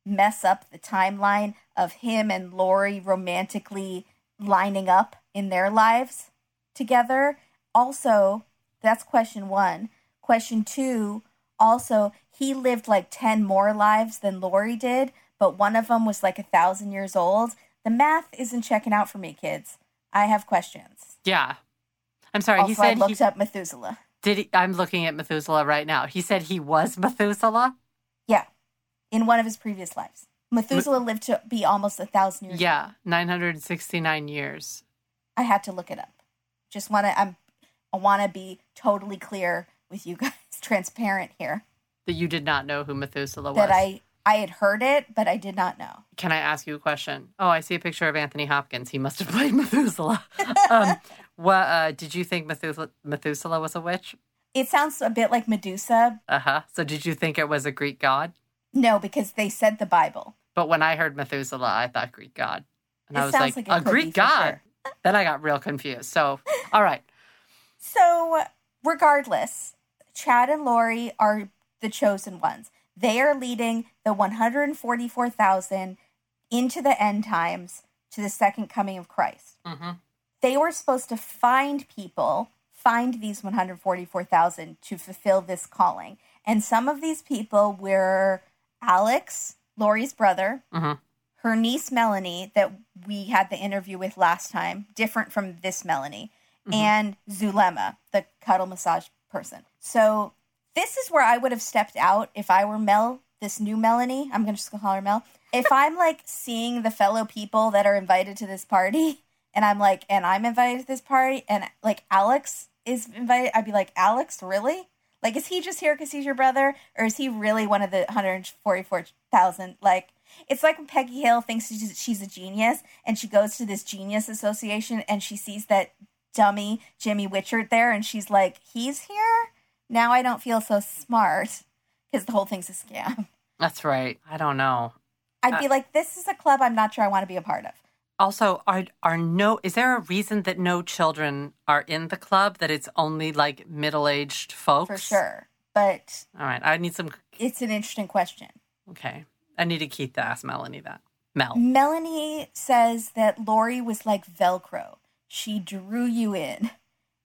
A: mess up the timeline of him and Lori romantically lining up in their lives together? Also, that's question one. Question two, also, he lived like 10 more lives than Lori did, but one of them was like a thousand years old. The math isn't checking out for me, kids. I have questions.
B: yeah. I'm sorry.
A: Also,
B: he
A: I
B: said
A: looked
B: he
A: up Methuselah.
B: did. He, I'm looking at Methuselah right now. He said he was Methuselah.
A: Yeah, in one of his previous lives. Methuselah lived to be almost a thousand years old.
B: Yeah, 969 years.
A: I had to look it up. Just want to, I'm, I want to be totally clear with you guys, (laughs) transparent here.
B: That you did not know who Methuselah
A: That
B: was.
A: I, I had heard it, but I did not know.
B: Can I ask you a question? Oh, I see a picture of Anthony Hopkins. He must have played (laughs) Methuselah.
A: (laughs)
B: um, what uh, did you think Methuselah, Methuselah was a witch?
A: It sounds a bit like Medusa.
B: Uh huh. So did you think it was a Greek god?
A: No, because they said the Bible.
B: But when I heard Methuselah, I thought Greek god, and I
A: It
B: was
A: sounds
B: like,
A: like it
B: a
A: could be,
B: Greek
A: for
B: god.
A: sure.
B: Then I got real confused. So, all right,
A: So, regardless, Chad and Lori are the chosen ones. They are leading the 144,000 into the end times to the second coming of Christ.
B: hmm
A: They were supposed to find people, find these 144,000 to fulfill this calling. And some of these people were Alex, Lori's brother,
B: hmm
A: her niece Melanie that we had the interview with last time, different from this Melanie, and Zulema, the cuddle massage person. So this is where I would have stepped out if I were Mel, this new Melanie. I'm gonna just call her Mel. If I'm like seeing the fellow people that are invited to this party, (laughs) and I'm like, and I'm invited to this party, and like Alex is invited, I'd be like, Alex, really? Like, is he just here because he's your brother, or is he really one of the 144,000? Like, it's like when Peggy Hill thinks she's, she's a genius, and she goes to this genius association, and she sees that dummy Jimmy Witchard there, and she's like, he's here. Now I don't feel so smart because the whole thing's a scam.
B: that's right. I don't know.
A: I'd be like, this is a club I'm not sure I want to be a part of.
B: Also, are are no? Is there a reason that no children are in the club? That it's only like middle aged folks?
A: for sure. But
B: All right, I need some.
A: it's an interesting question.
B: Okay, I need to keep to ask Melanie that. Mel.
A: Melanie says that Lori was like Velcro. She drew you in.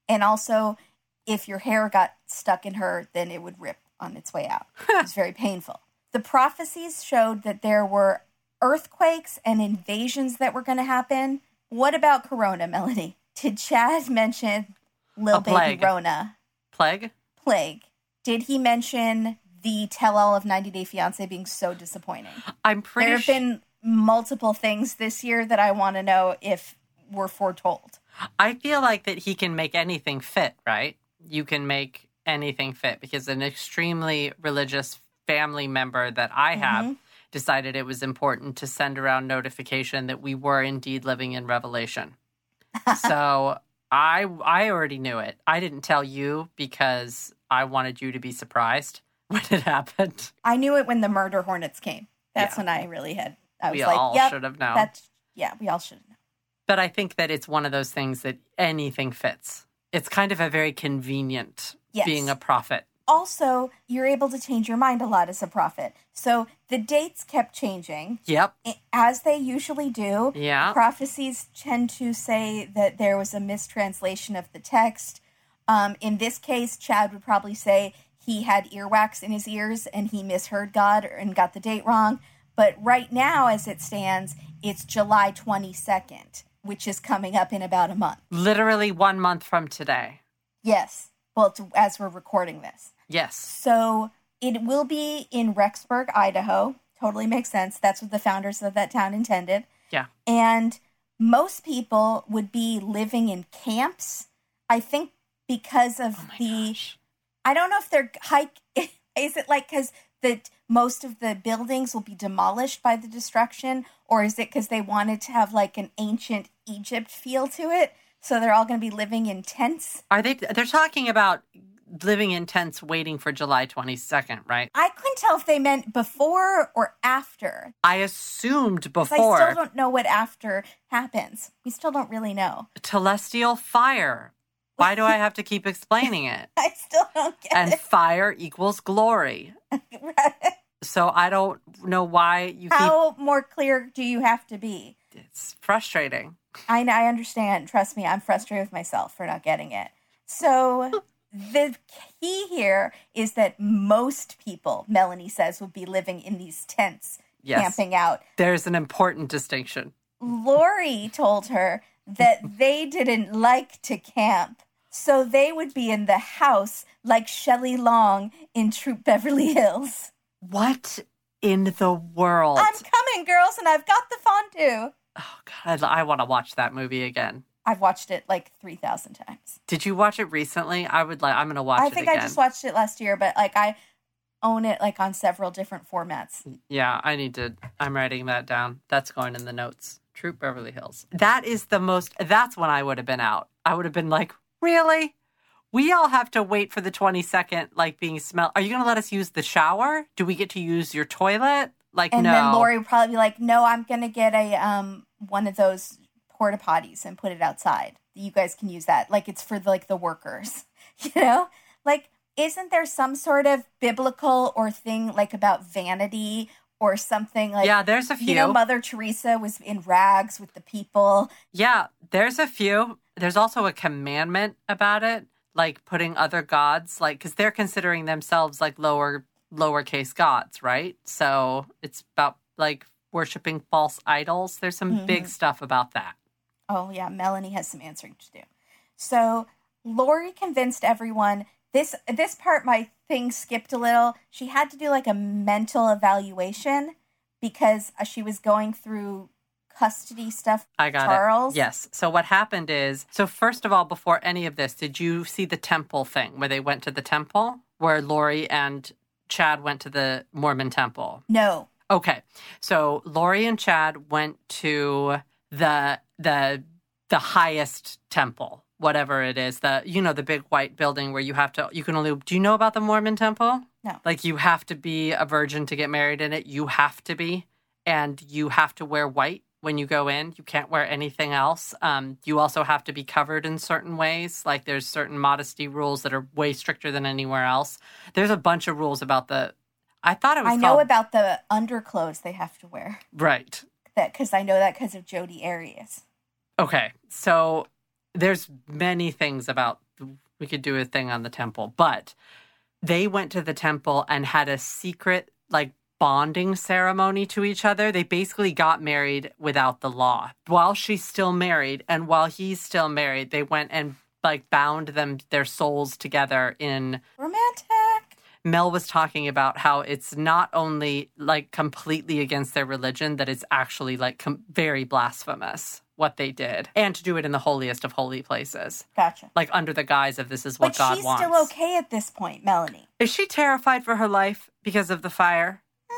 A: And also, if your hair got stuck in her, then it would rip on its way
B: (laughs)
A: out. it was very painful. The prophecies showed that there were earthquakes and invasions that were going to happen. What about Corona, Melanie? Did Chad mention Lil
B: A
A: Baby
B: plague.
A: Rona?
B: Plague?
A: plague, did he mention the tell all of 90 Day Fiance being so disappointing?
B: I'm pretty
A: there have
B: su-
A: been multiple things this year that I want to know if were foretold.
B: I feel like that he can make anything fit, right? You can make anything fit because an extremely religious family member that I have
A: Mm-hmm.
B: decided it was important to send around notification that we were indeed living
A: (laughs)
B: in Revelation. so I I already knew it. I didn't tell you because I wanted you to be surprised (laughs) when it happened.
A: I knew it when the murder hornets came. That's
B: Yeah.
A: when I really had. I was
B: we
A: like,
B: all
A: yep,
B: should have known.
A: that's yeah, we all should know.
B: But I think that it's one of those things that anything fits. It's kind of a very convenient
A: Yes.
B: being a prophet.
A: Also, you're able to change your mind a lot as a prophet. So the dates kept changing
B: Yep.
A: i- as they usually do.
B: Yeah.
A: prophecies tend to say that there was a mistranslation of the text. Um, in this case, Chad would probably say he had earwax in his ears and he misheard God and got the date wrong. But right now, as it stands, it's July 22nd, which is coming up in about a month.
B: Literally one month from today.
A: Yes. Well, it's as we're recording this.
B: Yes.
A: So it will be in Rexburg, Idaho. Totally makes sense. That's what the founders of that town intended.
B: Yeah.
A: And most people would be living in camps. I think because of
B: Oh my
A: the
B: gosh.
A: I don't know if they're hike (laughs) is it like cuz the most of the buildings will be demolished by the destruction or is it cuz they wanted to have like an ancient Egypt feel to it? So they're all going to be living in tents.
B: Are they they're talking about living in tents waiting for July 22nd, right?
A: I couldn't tell if they meant before or after.
B: I assumed
A: 'cause I
B: before
A: still don't know what after happens. We still don't really know. (laughs)
B: telestial fire. Why do I have to keep explaining it?
A: I still don't get (laughs)
B: And fire equals glory.
A: it.
B: So I don't know why you
A: How more clear do you have to be?
B: keep. It's frustrating.
A: I, I understand. Trust me, I'm frustrated with myself for not getting it. So, the key here is that most people, Melanie says, will be living in these tents,
B: Yes.
A: camping out.
B: There's an important distinction.
A: Lori told her that they didn't like to camp. So they would be in the house like Shelley Long in Troop Beverly Hills.
B: What in the world?
A: I'm coming, girls, and I've got the fondue.
B: oh God, I, I want to watch that movie again.
A: I've watched it like 3,000 times.
B: Did you watch it recently? I would like. I'm gonna watch
A: I
B: it
A: think
B: again.
A: I just watched it last year, but like I own it like on several different formats.
B: Yeah, I need to. I'm writing that down. That's going in the notes. Troop Beverly Hills. That is the most. That's when I would have been out. I would have been like, really? We all have to wait for the 22nd, like being smelled. Are you going to let us use the shower? Do we get to use your toilet? Like,
A: And
B: no.
A: then Lori would probably be like, "No, I'm gonna get a um one of those porta potties and put it outside. You guys can use that. Like it's for like the workers, (laughs) you know. Like isn't there some sort of biblical or thing like about vanity or something like
B: yeah, there's a few.
A: you know Mother Teresa was in rags with the people.
B: yeah, there's a few. There's also a commandment about it, like putting other gods, like, because they're considering themselves like lower, lowercase gods, right? So it's about like worshiping false idols. There's some big stuff about that.
A: Oh, yeah, Melanie has some answering to do. So Lori convinced everyone. This this part, my thing skipped a little. She had to do like a mental evaluation because uh, she was going through custody stuff.
B: I got
A: Charles?
B: it. Yes. So what happened is, so first of all, before any of this, did you see the temple thing where they went to the temple where Lori and Chad went to the Mormon temple?
A: No,
B: Okay. So Lori and Chad went to the the the highest temple, whatever it is, the you know, the big white building where you have to you can only do you know about the Mormon temple?
A: No.
B: Like you have to be a virgin to get married in it. You have to be. And you have to wear white when you go in. You can't wear anything else. Um, you also have to be covered in certain ways. Like there's certain modesty rules that are way stricter than anywhere else. There's a bunch of rules about the I thought it was
A: I know
B: called-
A: about the underclothes they have to wear. (laughs)
B: right.
A: That because I know that because of Jodi Arias.
B: Okay. So there's many things about we could do a thing on the temple, but they went to the temple and had a secret like bonding ceremony to each other. They basically got married without the law. While she's still married and while he's still married, they went and like bound them their souls together in
A: Romantic.
B: Mel was talking about how it's not only like completely against their religion, that it's actually like com- very blasphemous what they did, and to do it in the holiest of holy places,
A: Gotcha.
B: like under the guise of this is what
A: But
B: God
A: she's
B: wants.
A: still okay at this point, Melanie.
B: Is she terrified for her life because of the fire?
A: Uh,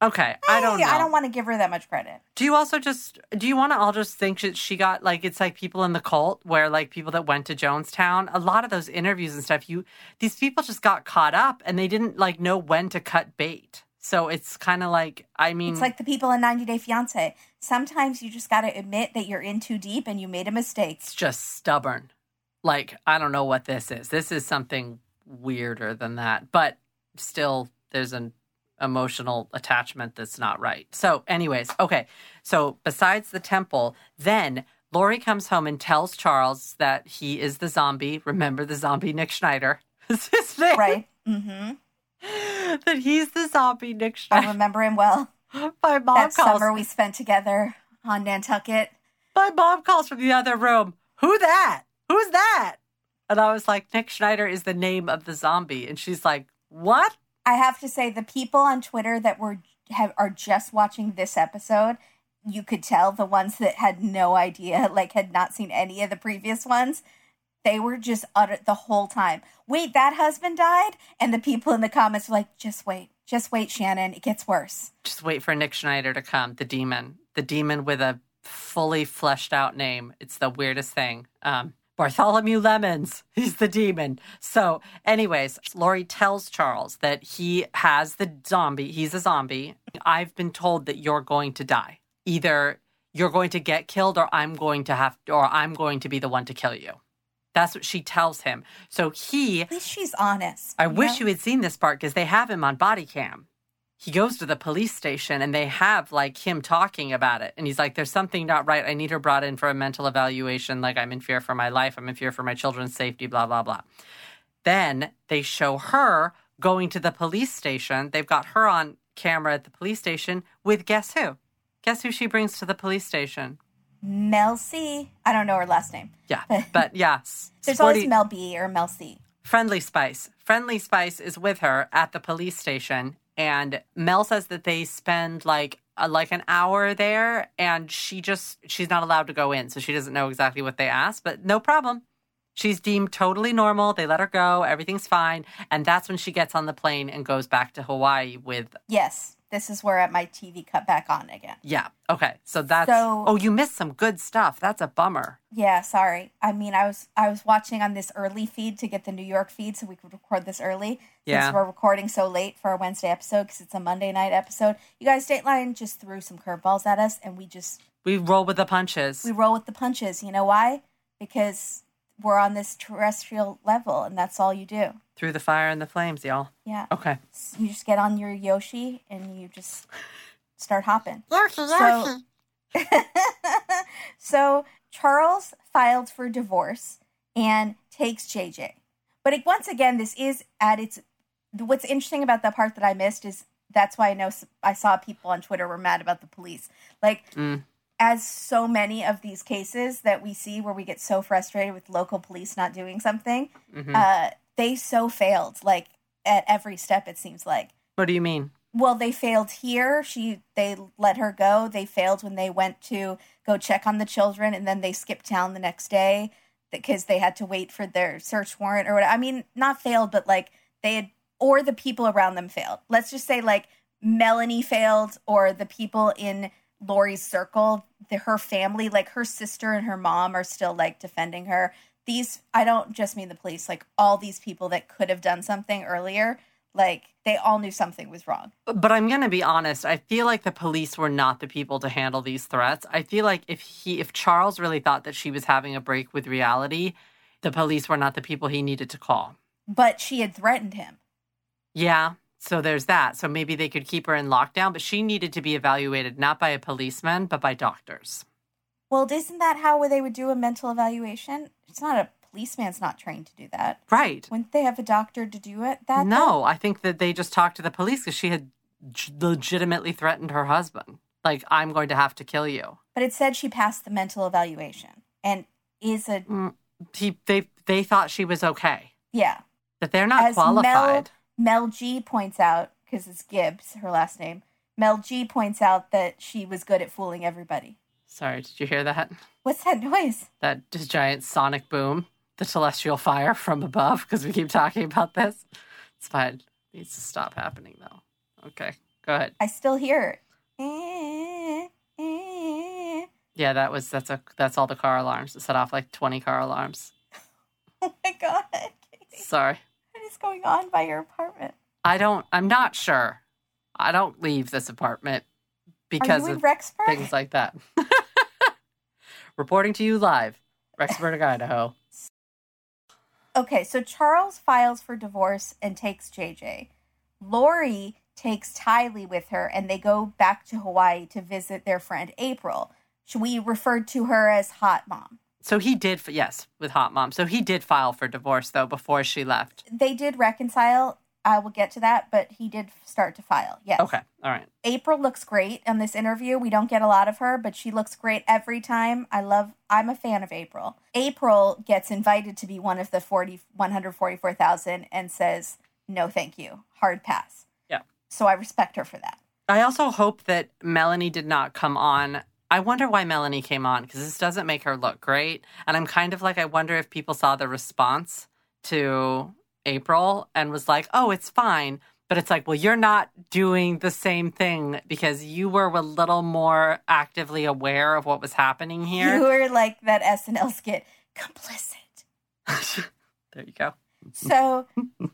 B: Okay, I don't know.
A: I don't want to give her that much credit.
B: do you also just do you want to all just think that she got like it's like people in the cult where like people that went to Jonestown, a lot of those interviews and stuff, you these people just got caught up and they didn't like know when to cut bait. So it's kind of like I mean,
A: It's like the people in 90 Day Fiance. Sometimes you just got to admit that you're in too deep and you made a mistake.
B: it's just stubborn. Like I don't know what this is. This is something weirder than that, but still there's an emotional attachment that's not right. So anyways, okay. So besides the temple, then Lori comes home and tells Charles that he is the zombie. Remember the zombie Nick Schneider? (laughs) is his name.
A: Right? Mm-hmm.
B: That he's the zombie Nick
A: I
B: Schneider.
A: remember him well.
B: (laughs) My mom
A: That
B: calls
A: summer we spent together on Nantucket.
B: my mom calls from the other room, Who that? Who's that? And I was like, Nick Schneider is the name of the zombie. And she's like, What?
A: I have to say, the people on Twitter that were have, are just watching this episode, you could tell the ones that had no idea, like had not seen any of the previous ones. They were just utter the whole time. Wait, that husband died, and the people in the comments were like, "Just wait, just wait, Shannon. It gets worse."
B: Just wait for Nick Schneider to come, the demon, the demon with a fully fleshed out name. It's the weirdest thing. Um, Bartholomew Lemons. (laughs) He's the demon. So, anyways, Laurie tells Charles that he has the zombie. He's a zombie. I've been told that you're going to die. Either you're going to get killed or I'm going to have or I'm going to be the one to kill you. That's what she tells him. So he
A: At least she's honest.
B: I
A: you know?
B: wish you had seen this part because they have him on body cam. He goes to the police station and they have like him talking about it. And he's like, There's something not right. I need her brought in for a mental evaluation. Like, I'm in fear for my life. I'm in fear for my children's safety, blah, blah, blah. Then they show her going to the police station. They've got her on camera at the police station with guess who? Guess who she brings to the police station?
A: Mel C. I don't know her last name.
B: Yeah. But yeah. s-
A: There's
B: sporty-
A: always Mel B or Mel C.
B: Friendly Spice. Friendly Spice is with her at the police station, and Mel says that they spend like uh, like an hour there, and she just she's not allowed to go in, so she doesn't know exactly what they asked. But no problem, she's deemed totally normal. They let her go, everything's fine, and that's when she gets on the plane and goes back to Hawaii with
A: Yes, this is where my TV cut back on again.
B: yeah. Okay, so that's
A: So-
B: oh you missed some good stuff. That's a bummer.
A: Yeah, sorry. I mean, I was I was watching on this early feed to get the New York feed so we could record this early.
B: Yeah.
A: Since we're recording so late for our Wednesday episode because it's a Monday night episode. You guys, Dateline just threw some curveballs at us, and we just
B: We roll with the punches.
A: we roll with the punches. You know why? Because we're on this terrestrial level, and that's all you do.
B: through the fire and the flames, y'all.
A: Yeah.
B: Okay.
A: You just get on your Yoshi and you just start hopping. (laughs)
B: Yoshi,
A: So- so Charles filed for divorce and takes JJ. But it, once again, this is at its. What's interesting about the part that I missed is that's why I know s- I saw people on Twitter were mad about the police. Like,
B: Mm.
A: as so many of these cases that we see where we get so frustrated with local police not doing something,
B: Mhm.
A: uh, they so failed, like, at every step, it seems like
B: What do you mean?
A: well they failed here she they let her go they failed when they went to go check on the children and then they skipped town the next day because they had to wait for their search warrant or what i mean not failed but like they had or the people around them failed let's just say like melanie failed or the people in lori's circle the, her family like her sister and her mom are still like defending her these i don't just mean the police like all these people that could have done something earlier like they all knew something was wrong
B: But I'm going to be honest. I feel like the police were not the people to handle these threats. I feel like if he, if Charles really thought that she was having a break with reality, the police were not the people he needed to call.
A: but she had threatened him.
B: Yeah. So there's that. So maybe they could keep her in lockdown, but she needed to be evaluated not by a policeman, but by doctors.
A: Well, isn't that how they would do a mental evaluation? It's not a policeman's not trained to do that.
B: Right.
A: Wouldn't they have a doctor to do it? That
B: No, I think that they just talked to the police because she had j- legitimately threatened her husband. Like, I'm going to have to kill you.
A: but it said she passed the mental evaluation and is a
B: Mm, He, they, they thought she was okay,
A: yeah.
B: that they're not
A: As Mel-
B: qualified.
A: Mel G points out because it's Gibbs, her last name. Mel G points out that she was good at fooling everybody.
B: Sorry, did you hear that?
A: What's that noise?
B: That just giant sonic boom, the celestial fire from above, because we keep talking about this. It's fine. It needs to stop happening, though. Okay, go ahead.
A: I still hear it. Eh, eh.
B: Yeah, that was that's a that's all the car alarms. It set off like twenty car alarms.
A: Oh my god, (laughs) Katie,
B: Sorry,
A: what is going on by your apartment?
B: I don't. I'm not sure. I don't leave this apartment because
A: Are you
B: of
A: in Rexburg?
B: things like that. (laughs) Reporting to you live, Rexburg, Idaho.
A: Okay, so Charles files for divorce and takes JJ. Lori takes Tylee with her and they go back to Hawaii to visit their friend April. Sh- We referred to her as Hot Mom.
B: So he did. f- Yes, with Hot Mom. So he did file for divorce though before she left.
A: They did reconcile. I will get to that, but he did start to file. Yes.
B: Okay. All right.
A: April looks great in this interview. We don't get a lot of her, but she looks great every time. I love I'm a fan of April. April gets invited to be one of the 40 144,000 and says, "No, thank you. Hard pass."
B: Yeah.
A: So I respect her for that.
B: I also hope that Melanie did not come on. I wonder why Melanie came on because this doesn't make her look great. And I'm kind of like, I wonder if people saw the response to April and was like, oh, it's fine. But it's like, well, you're not doing the same thing because you were a little more actively aware of what was happening here.
A: You were like that SNL skit, complicit.
B: (laughs) there you go.
A: So (laughs)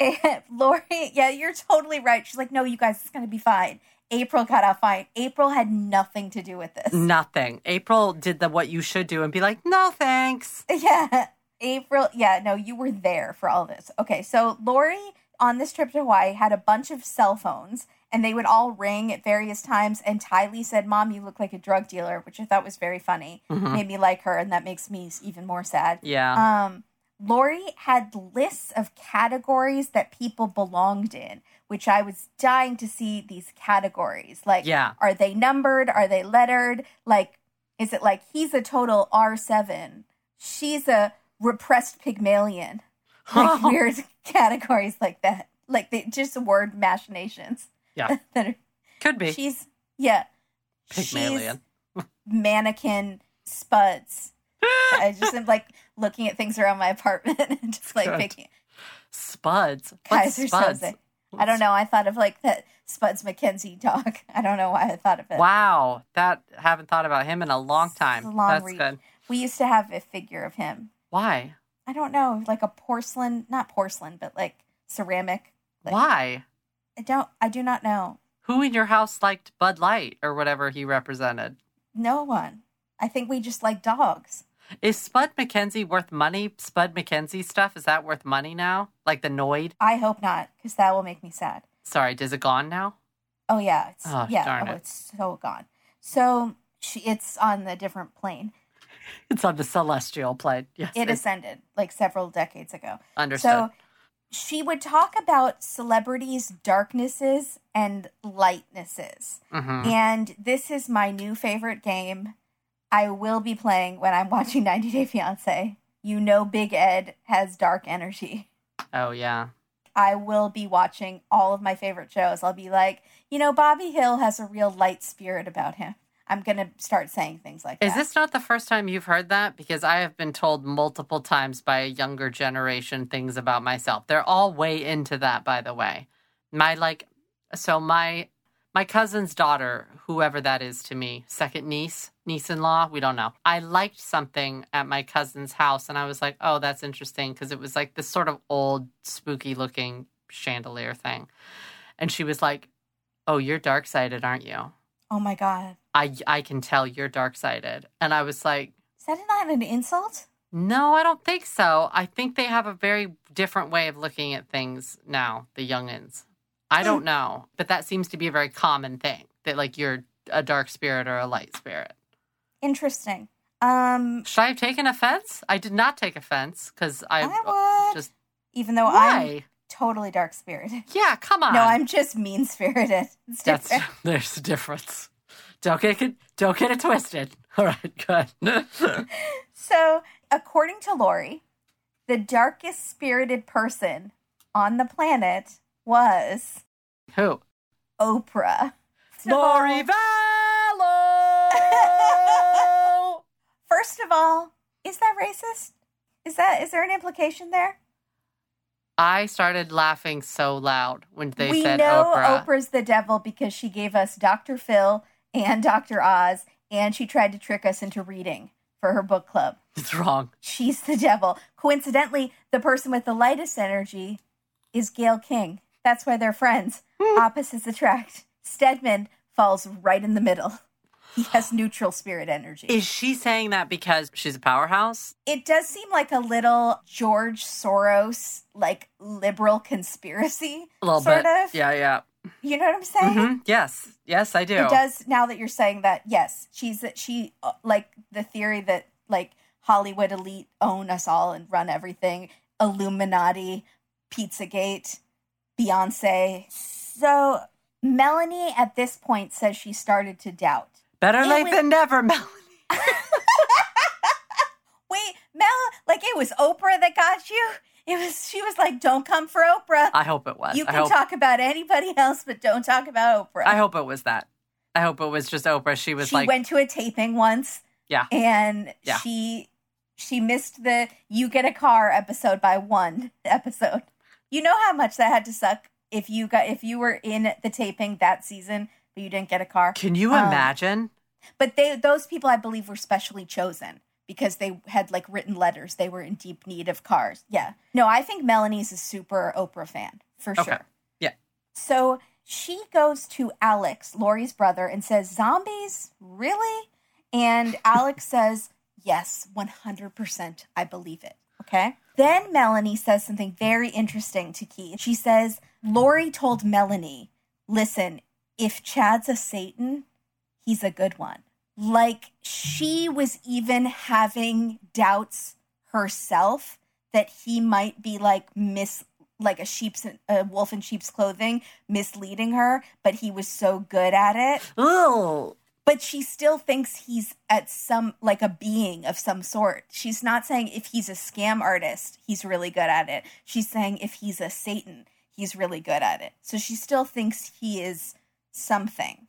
A: and Lori, yeah, you're totally right. She's like, no, you guys, it's going to be fine. April got out fine. April had nothing to do with this.
B: Nothing. April did the what you should do and be like, no, thanks.
A: (laughs) Yeah. April, yeah, no, you were there for all this. Okay, so Lori on this trip to Hawaii had a bunch of cell phones and they would all ring at various times. And Tylee said, Mom, you look like a drug dealer, which I thought was very funny.
B: Mhm.
A: Made me like her, and that makes me even more sad.
B: Yeah.
A: Um, Lori had lists of categories that people belonged in, which I was dying to see these categories. Like,
B: Yeah.
A: are they numbered? Are they lettered? Like, is it like he's a total R7? She's a repressed
B: (laughs)
A: Pygmalion. Like, weird (laughs) categories like that. Like, they, just word machinations.
B: Yeah.
A: (laughs) that are,
B: Could be.
A: she's, yeah. she's-
B: Pygmalion.
A: mannequin spuds.
B: (laughs)
A: I just am like looking at things around my apartment (laughs) and just like
B: Good.
A: picking
B: Spuds.
A: (laughs)
B: What's
A: guys or
B: spuds?
A: something. I don't know. I thought of like that Spuds McKenzie dog. (laughs) I don't know why I thought of it.
B: Wow. That haven't thought about him in a long time.
A: a long
B: That's
A: reach.
B: good.
A: We used to have a figure of him.
B: Why?
A: I don't know, like a porcelain, not porcelain, but like ceramic. Like-
B: Why?
A: I don't. I do not know.
B: Who in your house liked Bud Light or whatever he represented?
A: No one. I think we just like dogs.
B: Is Spud McKenzie worth money? Spud McKenzie stuff is that worth money now? Like the Noid?
A: I hope not, because that will make me sad.
B: Sorry, is it gone now?
A: Oh yeah, it's,
B: Oh,
A: yeah.
B: darn
A: oh,
B: it.
A: it's so gone. So she, it's on the different plane.
B: It's on the celestial plane. Yes,
A: It
B: it's
A: ascended like several decades ago.
B: understood.
A: So she would talk about celebrities' darknesses and lightnesses.
B: Mhm.
A: And this is my new favorite game I will be playing when I'm watching (laughs) 90 Day Fiancé. You know, Big Ed has dark energy.
B: Oh yeah.
A: I will be watching all of my favorite shows. I'll be like, you know, Bobby Hill has a real light spirit about him. I'm going to start saying things like
B: Is
A: that.
B: this not the first time you've heard that? Because I have been told multiple times by a younger generation things about myself. They're all way into that, by the way. My like, so my my cousin's daughter, whoever that is to me, second niece, niece in law, we don't know. I liked something at my cousin's house, and I was like, oh, that's interesting, because it was like this sort of old, spooky looking chandelier thing, and she was like, oh, you're dark sided, aren't you?
A: Oh my God.
B: I I can tell you're dark sided. And I was like,
A: Is that not an insult?
B: no, I don't think so. I think they have a very different way of looking at things now, the youngins. I
A: Hmm.
B: don't know, but that seems to be a very common thing that like you're a dark spirit or a light spirit.
A: Interesting. Um,
B: Should I have taken offense? I did not take offense because I,
A: I would.
B: just
A: even though I'm
B: why?
A: totally dark spirited.
B: Yeah, come on.
A: No, I'm just mean spirited. (laughs) It's
B: (laughs) That's
A: different.
B: (laughs) there's a difference. Don't get it, don't get it twisted. (laughs) All right, good.
A: So, according to Lori, the darkest spirited person on the planet was
B: (laughs) Who?
A: Oprah. So,
B: Lori Vallow.
A: First of all, is that racist? Is that is there an implication there?
B: (laughs) I started laughing so loud when they
A: we
B: said
A: know
B: Oprah.
A: Oprah's the devil because she gave us Dr. Phil and Dr. Oz, and she tried to trick us into reading for her book club.
B: It's wrong.
A: She's the devil. Coincidentally, the person with the lightest energy is Gail King. That's why they're friends.
B: Hmm.
A: Opposites attract. Stedman falls right in the middle. He has neutral spirit energy.
B: Is she saying that because she's a powerhouse?
A: It does seem like a little George Soros, like liberal conspiracy,
B: A little
A: sort
B: bit.
A: of.
B: Yeah, yeah.
A: You know what I'm saying?
B: Mhm. Yes, yes, I do.
A: It does now that you're saying that. Yes, she's she uh, like the theory that like Hollywood elite own us all and run everything. Illuminati, Pizzagate, Beyonce. So Melanie at this point says she started to doubt.
B: Better
A: It
B: late
A: was-
B: than never, Melanie.
A: Wait, Mel, like it was Oprah that got you. It was she was like, don't come for Oprah.
B: I hope it was.
A: you
B: I
A: can
B: hope.
A: talk about anybody else, but don't talk about Oprah.
B: I hope it was that. I hope it was just Oprah. She was
A: she
B: like,
A: went to a taping once.
B: Yeah.
A: And
B: Yeah.
A: she she missed the you get a car episode by one episode. You know how much that had to suck if you got if you were in the taping that season but you didn't get a car.
B: "Can you
A: um,
B: imagine?"
A: But they those people I believe were specially chosen because they had like written letters. They were in deep need of cars. Yeah. No, I think Melanie's a super Oprah fan for
B: Okay.
A: sure.
B: Yeah.
A: So she goes to Alex, Lori's brother, and says, Zombies? Really?
B: (laughs)
A: And Alex says, Yes, 100%. I believe it. Okay. Then Melanie says something very interesting to Keith. She says, Lori told Melanie, Listen, if Chad's a Satan, he's a good one. Like she was even having doubts herself that he might be like mis like a sheep's a wolf in sheep's clothing misleading her, but he was so good at it
B: Oh.
A: but she still thinks he's at some like a being of some sort. She's not saying if he's a scam artist, he's really good at it. She's saying if he's a Satan, he's really good at it. So she still thinks he is something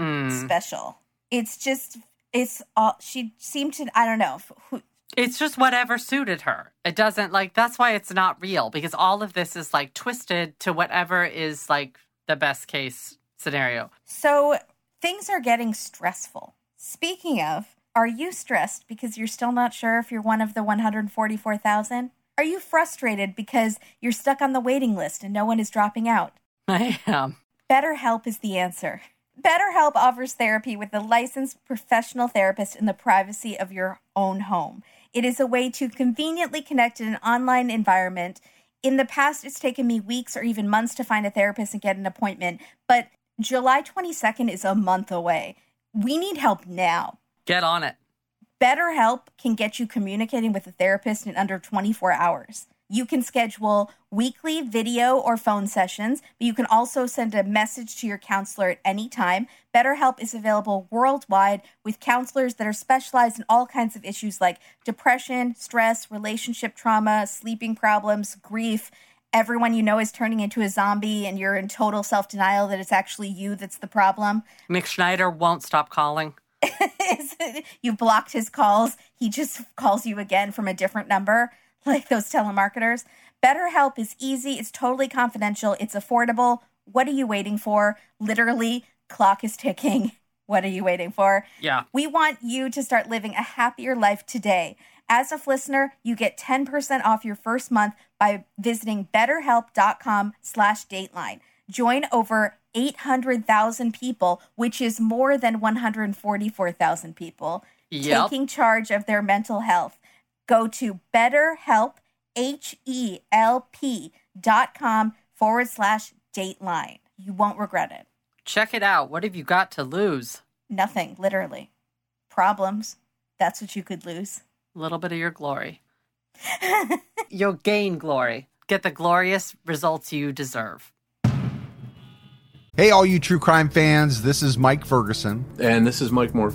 B: Mm.
A: special. It's just it's all she seemed to I don't know if- who
B: It's just whatever suited her. It doesn't like that's why it's not real because all of this is like twisted to whatever is like the best case scenario. (laughs)
A: So things are getting stressful. Speaking of, are you stressed because you're still not sure if you're one of the 144,000? Are you frustrated because you're stuck on the waiting list and no one is dropping out?
B: I um, am.
A: BetterHelp is the answer. BetterHelp offers therapy with a licensed professional therapist in the privacy of your own home. It is a way to conveniently connect in an online environment. In the past, it's taken me weeks or even months to find a therapist and get an appointment, but July 22nd is a month away. We need help now.
B: Get on it.
A: BetterHelp can get you communicating with a therapist in under 24 hours. You can schedule weekly video or phone sessions, but you can also send a message to your counselor at any time. BetterHelp is available worldwide with counselors that are specialized in all kinds of issues like depression, stress, relationship trauma, sleeping problems, grief. Everyone you know is turning into a zombie and you're in total self denial that it's actually you that's the problem.
B: Mick Schneider won't stop calling.
A: is (laughs) you blocked his calls. He just calls you again from a different number, like those telemarketers. BetterHelp is easy, it's totally confidential, it's affordable. What are you waiting for? Literally, clock is ticking. (laughs) What are you waiting for?
B: Yeah.
A: We want you to start living a happier life today. As a listener, you get 10% off your first month by visiting betterhelp.com slash dateline. Join over 800,000 people, which is more than 144,000 people,
B: Yep.
A: taking charge of their mental health. Go to betterhelp, H-E-L-P dot com forward slash dateline. You won't regret it.
B: Check it out. What have you got to lose?
A: Nothing, literally. Problems. That's what you could lose.
B: A little bit of your glory. You'll gain glory. Get the glorious results you deserve.
C: Hey, all you true crime fans, this is Mike Ferguson,
D: And this is Mike Morph.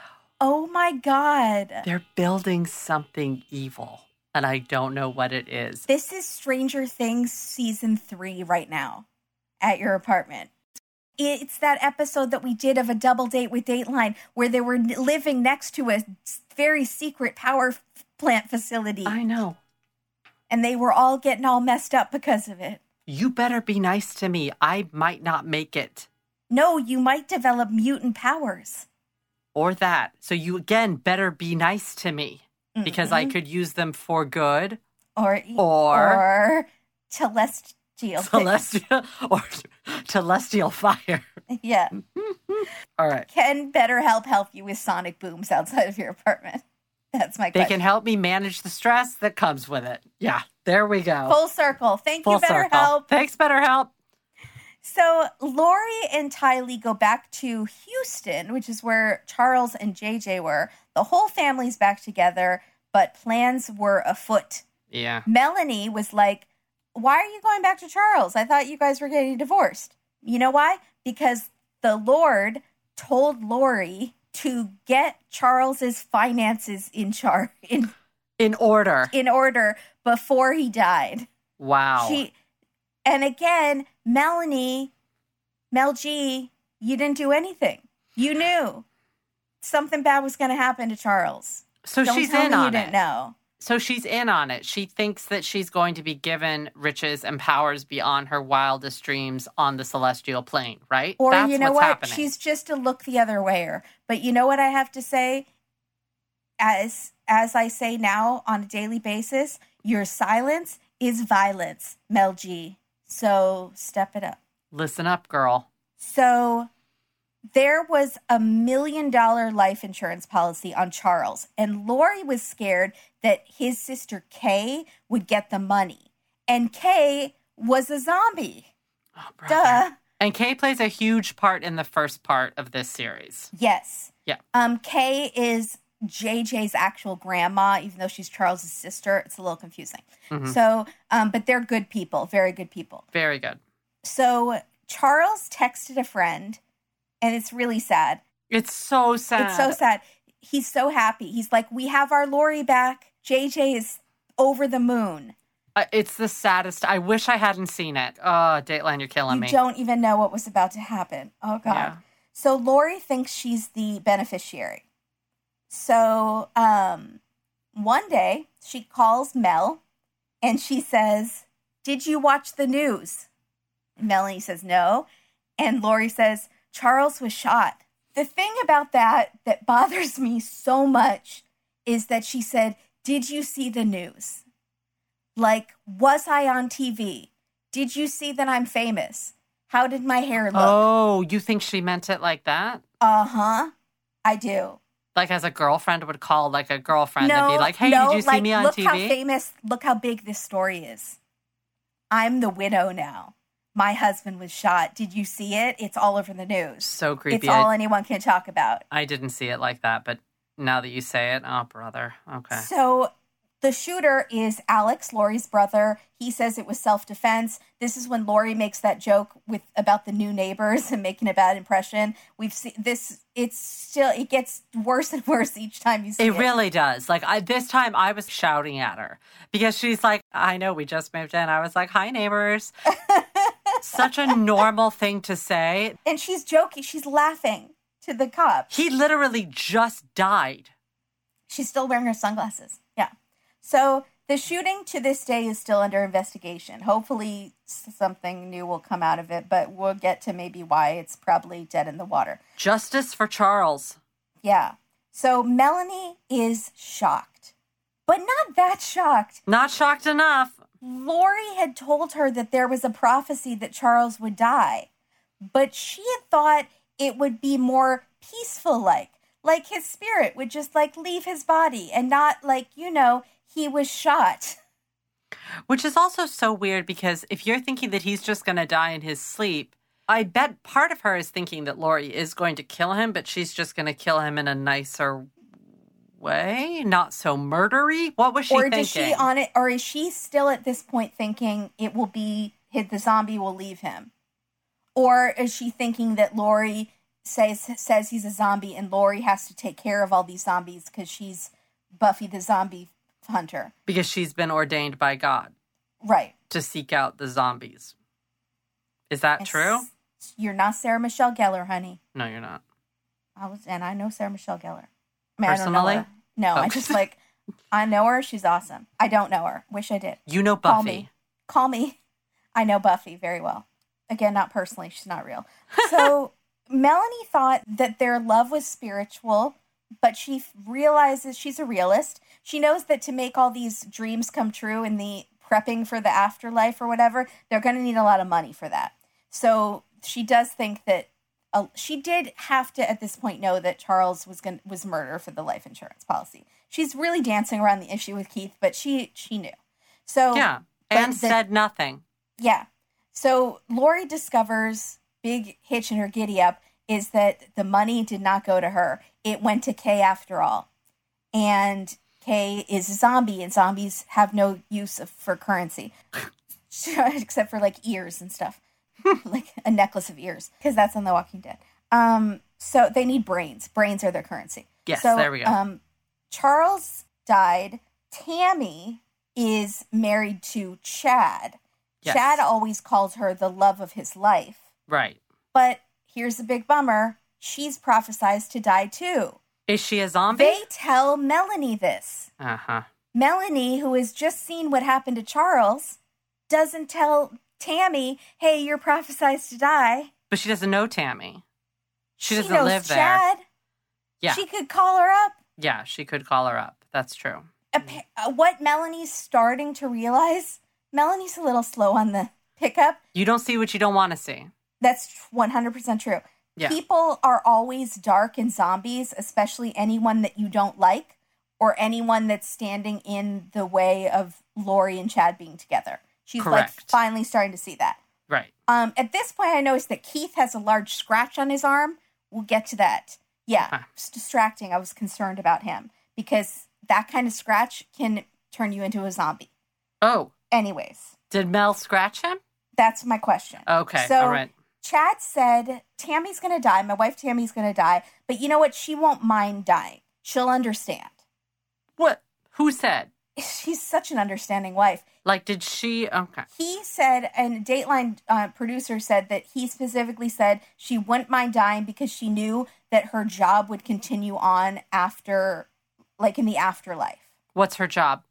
A: Oh my God.
B: They're building something evil, and I don't know what it is.
A: This is Stranger Things season three right now at your apartment. It's that episode that we did of a double date with Dateline where they were living next to a very secret power f- plant facility
B: I know.
A: and they were all getting all messed up because of it.
B: You better be nice to me. I might not make it.
A: No, you might develop mutant powers.
B: or that. So you again better be nice to me because
A: Mm-hmm.
B: I could use them for good, (laughs)
A: or e-,
B: Or-
A: or celestial
B: celestial or celestial fire. (laughs)
A: things. (laughs) yeah
B: Hmm. All right.
A: can BetterHelp help you with sonic booms outside of your apartment (laughs) that's my
B: They
A: question
B: can help me manage the stress that comes with it. Yeah. There we go.
A: full circle thank you
B: Full circle.
A: BetterHelp
B: Thanks, BetterHelp.
A: so Lori and Tylee go back to Houston which is where Charles and JJ were the whole family's back together but plans were afoot
B: Yeah.
A: Melanie was like, Why are you going back to Charles? I thought you guys were getting divorced. You know why? Because the Lord told Lori to get Charles's finances in char (laughs) in
B: in order.
A: in order before he died.
B: Wow.
A: She and again, Melanie, Mel G, you didn't do anything. You knew something bad was going to happen to Charles.
B: so
A: Don't
B: she's
A: tell
B: in
A: me
B: on
A: you
B: it.
A: didn't know.
B: So she's in on it. She thinks that she's going to be given riches and powers beyond her wildest dreams on the celestial plane, right?
A: Or
B: That's
A: you know
B: what's
A: what?
B: happening.
A: She's just a look the other wayer. But you know what I have to say? As as I say now on a daily basis, your silence is violence, Mel G. So step it up.
B: Listen up, girl.
A: So there was a million dollar life insurance policy on Charles, and Lori was scared that his sister Kay would get the money. And Kay was a zombie.
B: Oh, brother.
A: Duh.
B: And Kay plays a huge part in the first part of this series.
A: Yes.
B: Yeah.
A: Um, Kay is JJ's actual grandma, even though she's Charles's sister. It's a little confusing.
B: Mhm.
A: So, um, but they're good people, very good people.
B: Very good.
A: So Charles texted a friend, and it's really sad.
B: It's so sad.
A: It's so sad. He's so happy. He's like, we have our Lori back. JJ is over the moon.
B: Uh, it's the saddest. I wish I hadn't seen it. Oh, Dateline, you're killing
A: you
B: me.
A: don't even know what was about to happen. Oh God.
B: Yeah.
A: So Lori thinks she's the beneficiary. So um, one day she calls Mel and she says, Did you watch the news? Melanie says, No. And Lori says, Charles was shot. The thing about that that bothers me so much is that she said, Did you see the news? Like, was I on TV? Did you see that I'm famous? How did my hair look?
B: Oh, you think she meant it like that?
A: Uh huh. I do.
B: Like as a girlfriend would call like a girlfriend and be like, "Hey,
A: no,
B: did you see
A: like,
B: me on
A: look
B: TV?"
A: how famous, look how big this story is. I'm the widow now. My husband was shot. Did you see it? It's all over the news.
B: so
A: It's
B: creepy. I-
A: all anyone can talk about.
B: I didn't see it like that, but now that you say it, oh brother. Okay.
A: So the shooter is Alex, Lori's brother. He says it was self defense. This is when Lori makes that joke with about the new neighbors (laughs) and making a bad impression. We've seen this. It's still it gets worse and worse each time you see
B: It really does. Like I, this time, I was shouting at her because she's like, "I know we just moved in." I was like, "Hi, neighbors." Such a normal thing to say.
A: and she's joking. She's laughing to the cops.
B: He literally just died.
A: She's still wearing her sunglasses. Yeah. So the shooting to this day is still under investigation. Hopefully, s- something new will come out of it, but we'll get to maybe why it's probably dead in the water.
B: Justice for Charles.
A: Yeah. So Melanie is shocked, but not that shocked.
B: Not shocked enough.
A: Lori had told her that there was a prophecy that Charles would die, but she had thought it would be more peaceful like. Like his spirit would just like leave his body and not like, you know, he was shot.
B: Which is also so weird because if you're thinking that he's just going to die in his sleep, I bet part of her is thinking that Lori is going to kill him, but she's just going to kill him in a nicer way, not so murdery. What was she
A: or
B: thinking?
A: does she on it or is she still at this point thinking it will be hit the zombie will leave him or is she thinking that lori says says he's a zombie and lori has to take care of all these zombies because she's buffy the zombie hunter
B: because she's been ordained by God
A: right
B: to seek out the zombies. Is that true?
A: It's- you're not sarah michelle gellar honey
B: No, you're not.
A: i was and i know sarah michelle gellar I mean, I don't know
B: Personally?
A: her. no
B: Oh.
A: i just like i know her she's awesome i don't know her wish i did
B: You know
A: Call
B: Buffy.
A: me. Call me. I know Buffy very well. Again, not personally, she's not real.
B: (laughs)
A: So Melanie thought that their love was spiritual, but she f- realizes she's a realist. She knows that to make all these dreams come true in the prepping for the afterlife or whatever, they're going to need a lot of money for that. So she does think that uh, she did have to at this point know that Charles was going was murder for the life insurance policy. She's really dancing around the issue with Keith, but she she knew. So
B: Yeah.
A: But
B: And
A: the-
B: said nothing.
A: yeah. So Lori discovers big hitch in her giddy up is that the money did not go to her. It went to Kay after all. And Kay is a zombie, and zombies have no use of, for currency (laughs) except for like ears and stuff, (laughs) like a necklace of ears, because that's on The Walking Dead. Um, so they need brains. Brains are their currency.
B: Yes,
A: So,
B: there we go.
A: Um, Charles um, died Tammy is married to Chad.
B: Yes.
A: Chad always calls her the love of his life.
B: Right.
A: But here's the big bummer she's prophesized to die too.
B: Is she a zombie?
A: They tell Melanie this.
B: Uh huh.
A: Melanie, who has just seen what happened to Charles, doesn't tell Tammy, hey, you're prophesized to die.
B: But she doesn't know Tammy. She doesn't
A: knows
B: live there.
A: Chad.
B: Yeah.
A: She could call her up.
B: yeah, she could call her up. That's true.
A: Appa- uh, What Melanie's starting to realize, Melanie's a little slow on the pickup.
B: You don't see what you don't want to see.
A: That's 100% true.
B: Yeah.
A: People are always dark and zombies, especially anyone that you don't like or anyone that's standing in the way of Lori and Chad being together. She's like
B: Correct.
A: finally starting to see that.
B: Right.
A: Um, at this point, I noticed that Keith has a large scratch on his arm. We'll get to that. Yeah,
B: Ah.
A: it's distracting. I was concerned about him because that kind of scratch can turn you into a zombie.
B: Oh,
A: Anyways,
B: did Mel scratch him?
A: that's my question.
B: Okay.
A: So
B: all right.
A: Chad said, Tammy's going to die. My wife Tammy's going to die. But you know what? She won't mind dying. She'll understand. (laughs)
B: What? Who said?
A: She's such an understanding wife.
B: Like, did she? Okay.
A: he said, and Dateline uh, producer said that he specifically said she wouldn't mind dying because she knew that her job would continue on after, like in the afterlife.
B: What's her job?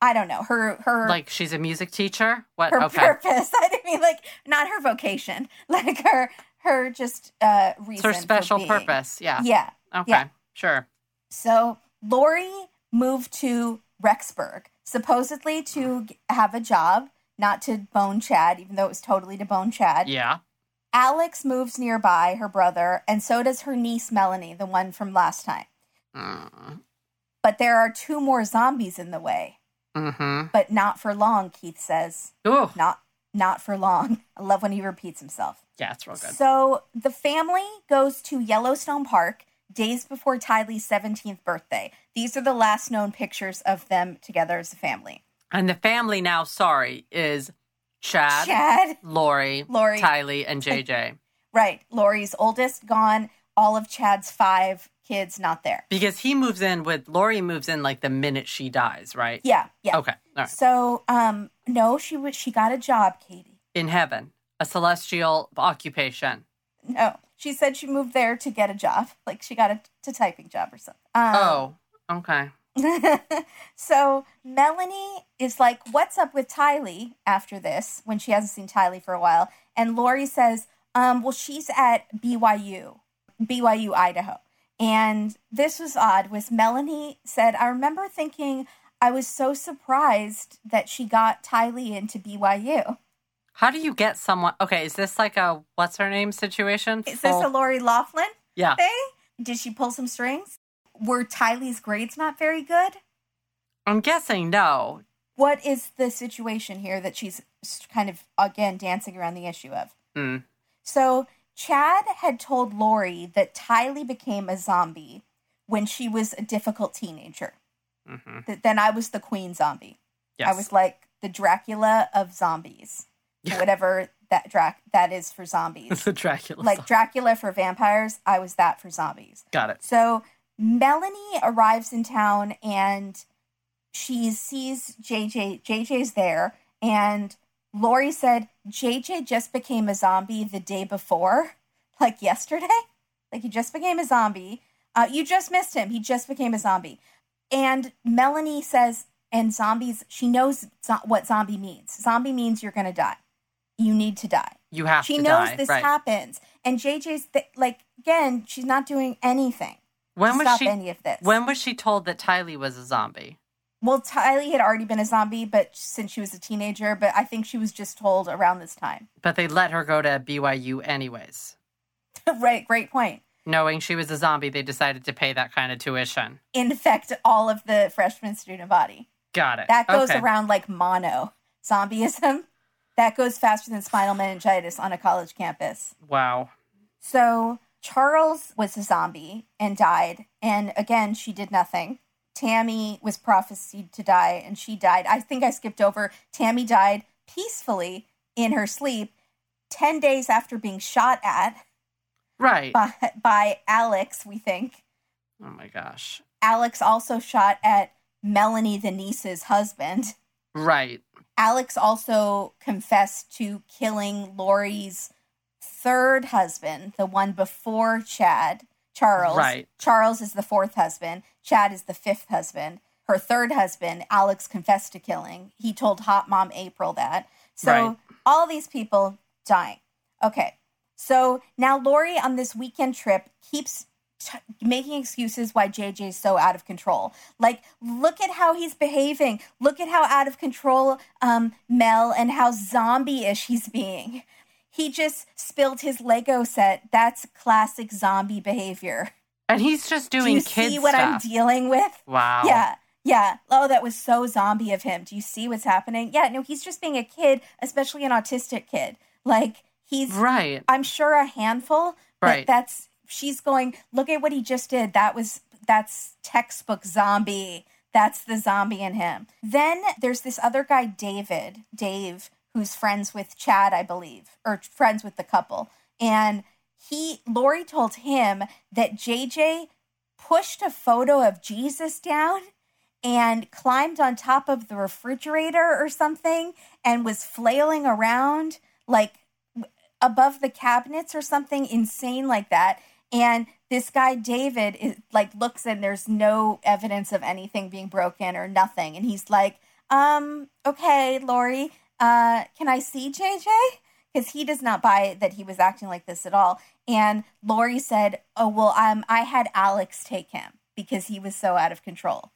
A: I don't know her her
B: Like, she's a music teacher. What?
A: her
B: okay.
A: purpose. (laughs) I didn't mean like not her vocation, (laughs) like her her just uh
B: It's
A: reason.
B: her
A: for
B: special
A: being.
B: purpose. Yeah.
A: Yeah.
B: Okay.
A: yeah.
B: Sure.
A: So Lori moved to Rexburg, supposedly to g- have a job, not to bone Chad, even though it was totally to bone Chad.
B: Yeah.
A: Alex moves nearby, her brother, and so does her niece Melanie, the one from last time.
B: Mm
A: But there are two more zombies in the way,
B: hmm.
A: but not for long, Keith says.
B: Ooh.
A: Not not for long. (laughs) I love when he repeats himself.
B: Yeah, it's real good.
A: So the family goes to Yellowstone Park days before Tylee's 17th birthday. These are the last known pictures of them together as a family.
B: And the family now, sorry, is Chad,
A: Chad,
B: Lori,
A: Lori.
B: Tylee, and JJ.
A: right, Lori's oldest gone, all of Chad's five kids not there.
B: Because he moves in with Lori moves in like the minute she dies, right?
A: Yeah, yeah.
B: Okay. All right.
A: So, um, no, she was she got a job, Katie.
B: In heaven, a celestial occupation.
A: No, she said she moved there to get a job, like she got a to typing job or something. Um,
B: oh, okay.
A: (laughs) so Melanie is like, "What's up with Tylee?" After this, when she hasn't seen Tylee for a while, and Lori says, "Um, well, she's at BYU, BYU Idaho." And this was odd. Was Melanie said, "I remember thinking." I was so surprised that she got Tylee into BYU.
B: How do you get someone? Okay, is this like a what's her name situation?
A: Is this a
B: Full-
A: Lori Laughlin
B: yeah?
A: thing? Did she pull some strings? Were Tylee's grades not very good?
B: I'm guessing no.
A: What is the situation here that she's s- kind of again dancing around the issue of?
B: Mm.
A: So Chad had told Lori that Tylee became a zombie when she was a difficult teenager.
B: hmm
A: That then I was the queen zombie.
B: Yes. (laughs)
A: I was like the Dracula of zombies,
B: Yeah.
A: whatever that drac that is for
B: (laughs)
A: zombies.
B: the Dracula.
A: like Dracula for vampires, I was that for zombies.
B: got it.
A: So Melanie arrives in town and she sees JJ. JJ's there, and Lori said JJ just became a zombie the day before, (laughs) like yesterday. (laughs) Like he just became a zombie. Uh, you just missed him. He just became a zombie. And Melanie says, and zombies, she knows zo- what zombie means. Zombie means you're going to die. You need to die
B: You have
A: she
B: to
A: knows
B: die.
A: this
B: right.
A: happens and jj's th- like again she's not doing anything
B: when
A: to
B: was
A: stop
B: she?
A: any of this
B: When was she told that Tylee was a zombie?
A: well tylee had already been a zombie but since she was a teenager but i think she was just told around this time (laughs)
B: But they let her go to BYU anyways.
A: right great point
B: Knowing she was a zombie, they decided to pay that kind of tuition.
A: infect all of the freshman student body
B: Got it.
A: that goes
B: Okay.
A: around like mono zombieism that goes faster than spinal meningitis on a college campus
B: Wow.
A: So Charles was a zombie and died. And again, she did nothing. Tammy was prophesied to die and she died. I think I skipped over. Tammy died peacefully in her sleep 10 days after being shot at
B: Right.
A: by, by Alex, we think.
B: Oh my gosh.
A: Alex also shot at Melanie, the niece's husband.
B: Right.
A: Alex also confessed to killing Lori's third husband, the one before Chad, Charles.
B: Right.
A: Charles is the fourth husband, Chad is the fifth husband. Her third husband, Alex confessed to killing. He told Hot Mom April that. So
B: Right.
A: all these people dying. Okay. So now Lori on this weekend trip keeps t- making excuses why JJ's so out of control. Like, look at how he's behaving. Look at how out of control um, Mel and how zombie ish he's being. He just spilled his Lego set. That's classic zombie behavior. (laughs)
B: And he's just
A: Do
B: doing
A: you
B: kid
A: see what
B: stuff.
A: I'm dealing with?
B: wow.
A: Yeah. Yeah. Oh, that was so zombie of him. Do you see what's happening? Yeah. No, he's just being a kid, especially an autistic kid. Like, he's,
B: Right.
A: I'm sure, a handful. But
B: Right.
A: that's, she's going, look at what he just did. That was, that's textbook zombie. That's the zombie in him. Then there's this other guy, David, Dave, who's friends with Chad, I believe, or friends with the couple. And he, Lori told him that JJ pushed a photo of Jesus down and climbed on top of the refrigerator or something and was flailing around like w- above the cabinets or something insane like that. And this guy David is like looks and there's no evidence of anything being broken or nothing, and he's like, "Um, okay, Lori, uh, can I see JJ?" Because he does not buy it that he was acting like this at all. And Lori said, "Oh well, um, I had Alex take him because he was so out of control."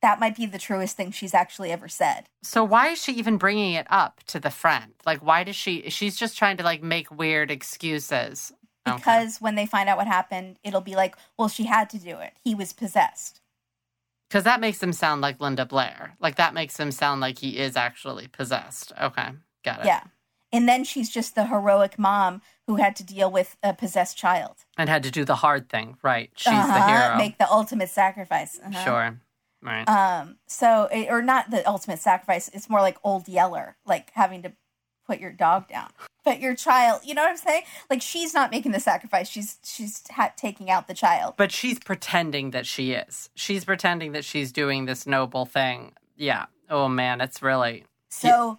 A: That might be the truest thing she's actually ever said.
B: So why is she even bringing it up to the friend? Like, why does she? She's just trying to like make weird excuses. Okay.
A: because when they find out what happened, it'll be like, well, she had to do it. He was possessed.
B: Because that makes him sound like Linda Blair. Like that makes him sound like he is actually possessed. Okay, got it.
A: Yeah. And then she's just the heroic mom who had to deal with a possessed child.
B: And had to do the hard thing, right? She's the
A: Uh-huh.
B: hero.
A: Make the ultimate sacrifice. Uh-huh.
B: Sure. Right.
A: Um, so, it- or not the ultimate sacrifice. It's more like old yeller, like having to put your dog down. But your child, you know what I'm saying? Like she's not making the sacrifice. She's she's ha- taking out the child.
B: but she's pretending that she is. She's pretending that she's doing this noble thing. Yeah. Oh man, it's really
A: So.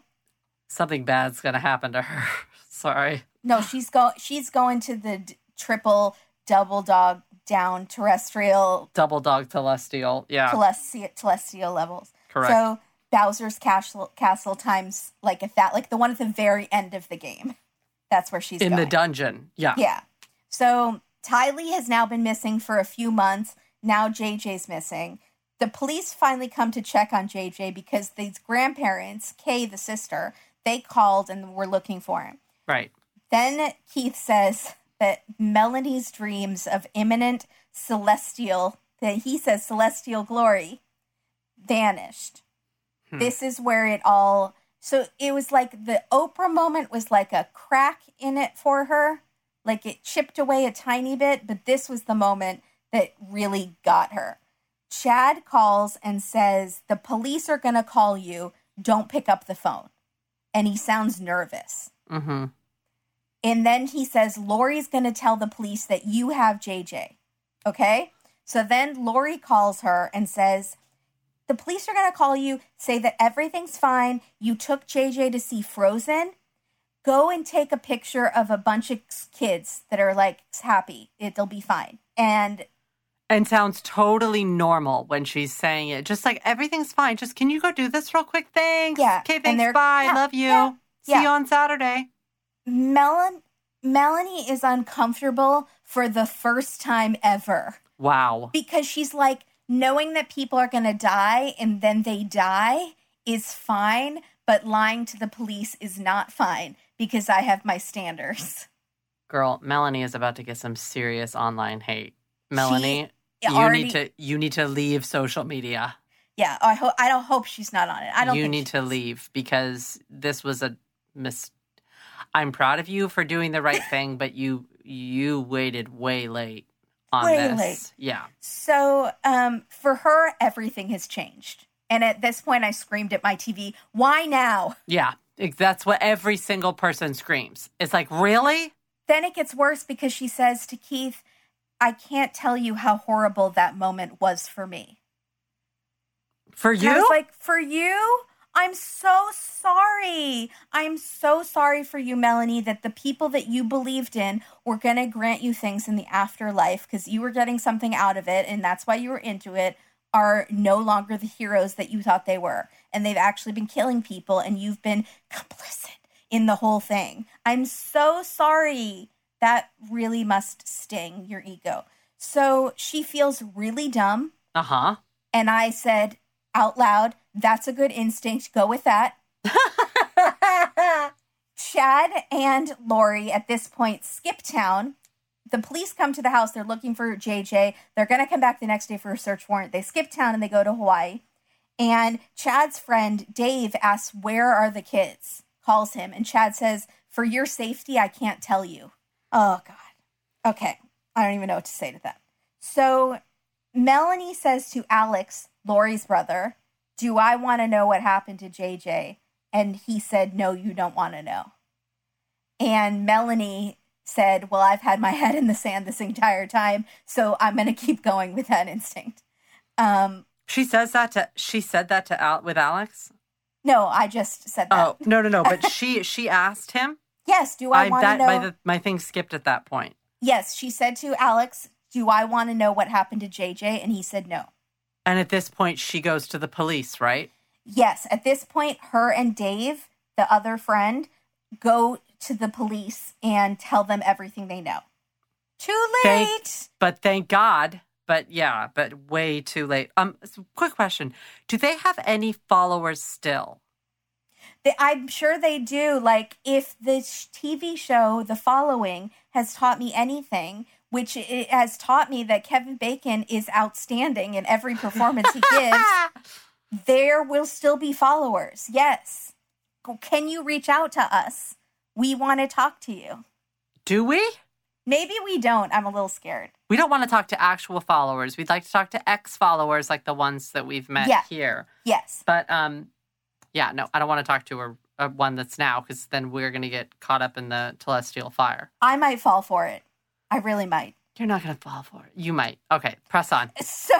B: something bad's gonna happen to her. (laughs) Sorry.
A: No, she's go she's going to the d- triple double dog down terrestrial
B: Double dog celestial. Yeah.
A: telesti- celestial levels.
B: Ah. Correct.
A: So Bowser's castle castle times like if that like the one at the very end of the game. That's where she's
B: In the
A: going.
B: dungeon. Yeah.
A: Yeah. So Tylee has now been missing for a few months. Now JJ's missing. The police finally come to check on JJ because these grandparents, Kay the sister, they called and were looking for him.
B: Right.
A: Then Keith says that Melanie's dreams of imminent celestial, that he says celestial glory, vanished. This is where it all. So it was like the Oprah moment was like a crack in it for her. Like it chipped away a tiny bit, but this was the moment that really got her. Chad calls and says, The police are going to call you. Don't pick up the phone. And he sounds nervous.
B: Mm-hmm.
A: And then he says, Lori's going to tell the police that you have JJ. Okay. So then Lori calls her and says, The police are going to call you, say that everything's fine. You took JJ to see Frozen. Go and take a picture of a bunch of kids that are like happy. It'll be fine. And
B: and sounds totally normal when she's saying it. Just like everything's fine. Just can you go do this real quick? Thanks.
A: Yeah,
B: Okay,
A: and
B: thanks.
A: they're-
B: Bye.
A: yeah,
B: Love you.
A: yeah,
B: See
A: yeah.
B: you on Saturday.
A: Melon- Melanie is uncomfortable for the first time ever.
B: Wow.
A: because she's like knowing that people are going to die and then they die is fine but lying to the police is not fine because i have my standards
B: Girl, Melanie is about to get some serious online hate.
A: She
B: Melanie, you
A: already-
B: need to you need to leave social media.
A: yeah i hope i don't hope she's not on it i don't
B: you
A: think
B: need
A: she
B: to
A: is.
B: leave because this was a mis I'm proud of you for doing the right thing, but you you waited way late on
A: Way
B: this.
A: late.
B: Yeah.
A: so um for her everything has changed and at this point i screamed at my tv why now
B: Yeah, ex- that's what every single person screams. It's like, really?
A: Then it gets worse because she says to Keith, I can't tell you how horrible that moment was for me.
B: For
A: And I
B: you?
A: was like, for you? I'm so sorry. I'm so sorry for you, Melanie, that the people that you believed in were going to grant you things in the afterlife because you were getting something out of it and that's why you were into it are no longer the heroes that you thought they were. And they've actually been killing people and you've been complicit in the whole thing. I'm so sorry. That really must sting your ego. So she feels really dumb
B: uh huh.
A: and I said out loud, that's a good instinct. Go with that. Chad and Lori at this point skip town. The police come to the house. They're looking for JJ. They're going to come back the next day for a search warrant. They skip town and they go to Hawaii. And Chad's friend, Dave, asks, Where are the kids? Calls him. And Chad says, For your safety, I can't tell you. Oh, God. Okay. I don't even know what to say to that. So Melanie says to Alex, Lori's brother, Do I want to know what happened to JJ? And he said, No, you don't want to know. And Melanie said, Well, I've had my (laughs) head in the sand this entire time, so I'm going to keep going with that instinct. Um,
B: She says that to she said that to Al with Alex.
A: no, I just said that.
B: Oh no no
A: (laughs)
B: no! But she she asked him.
A: Yes, do I,
B: I-
A: want to
B: that
A: know?
B: my the, my thing skipped at that point.
A: yes, she said to Alex, Do I want to know what happened to JJ? And he said, No.
B: And at this point, she goes to the police, right?
A: Yes, at this point, her and Dave, the other friend, go to the police and tell them everything they know. Too
B: They-
A: late.
B: But thank God. But yeah, but way too late. Um, s- quick question: Do they have any followers still?
A: They, I'm sure they do. Like, if the sh- TV show The Following has taught me anything, which it has taught me that Kevin Bacon is outstanding in every performance he gives, there will still be followers. Yes. Can you reach out to us? We want to talk to you.
B: Do we?
A: Maybe we don't. I'm a little scared.
B: We don't want to talk to actual followers. We'd like to talk to ex followers, like the ones that we've met
A: Yeah.
B: here.
A: Yes.
B: But um, yeah, no, I don't want to talk to a, a one that's now because then we're gonna get caught up in the celestial fire.
A: I might fall for it. I really might. (laughs)
B: You're not gonna fall for it. You might. Okay, press on.
A: So,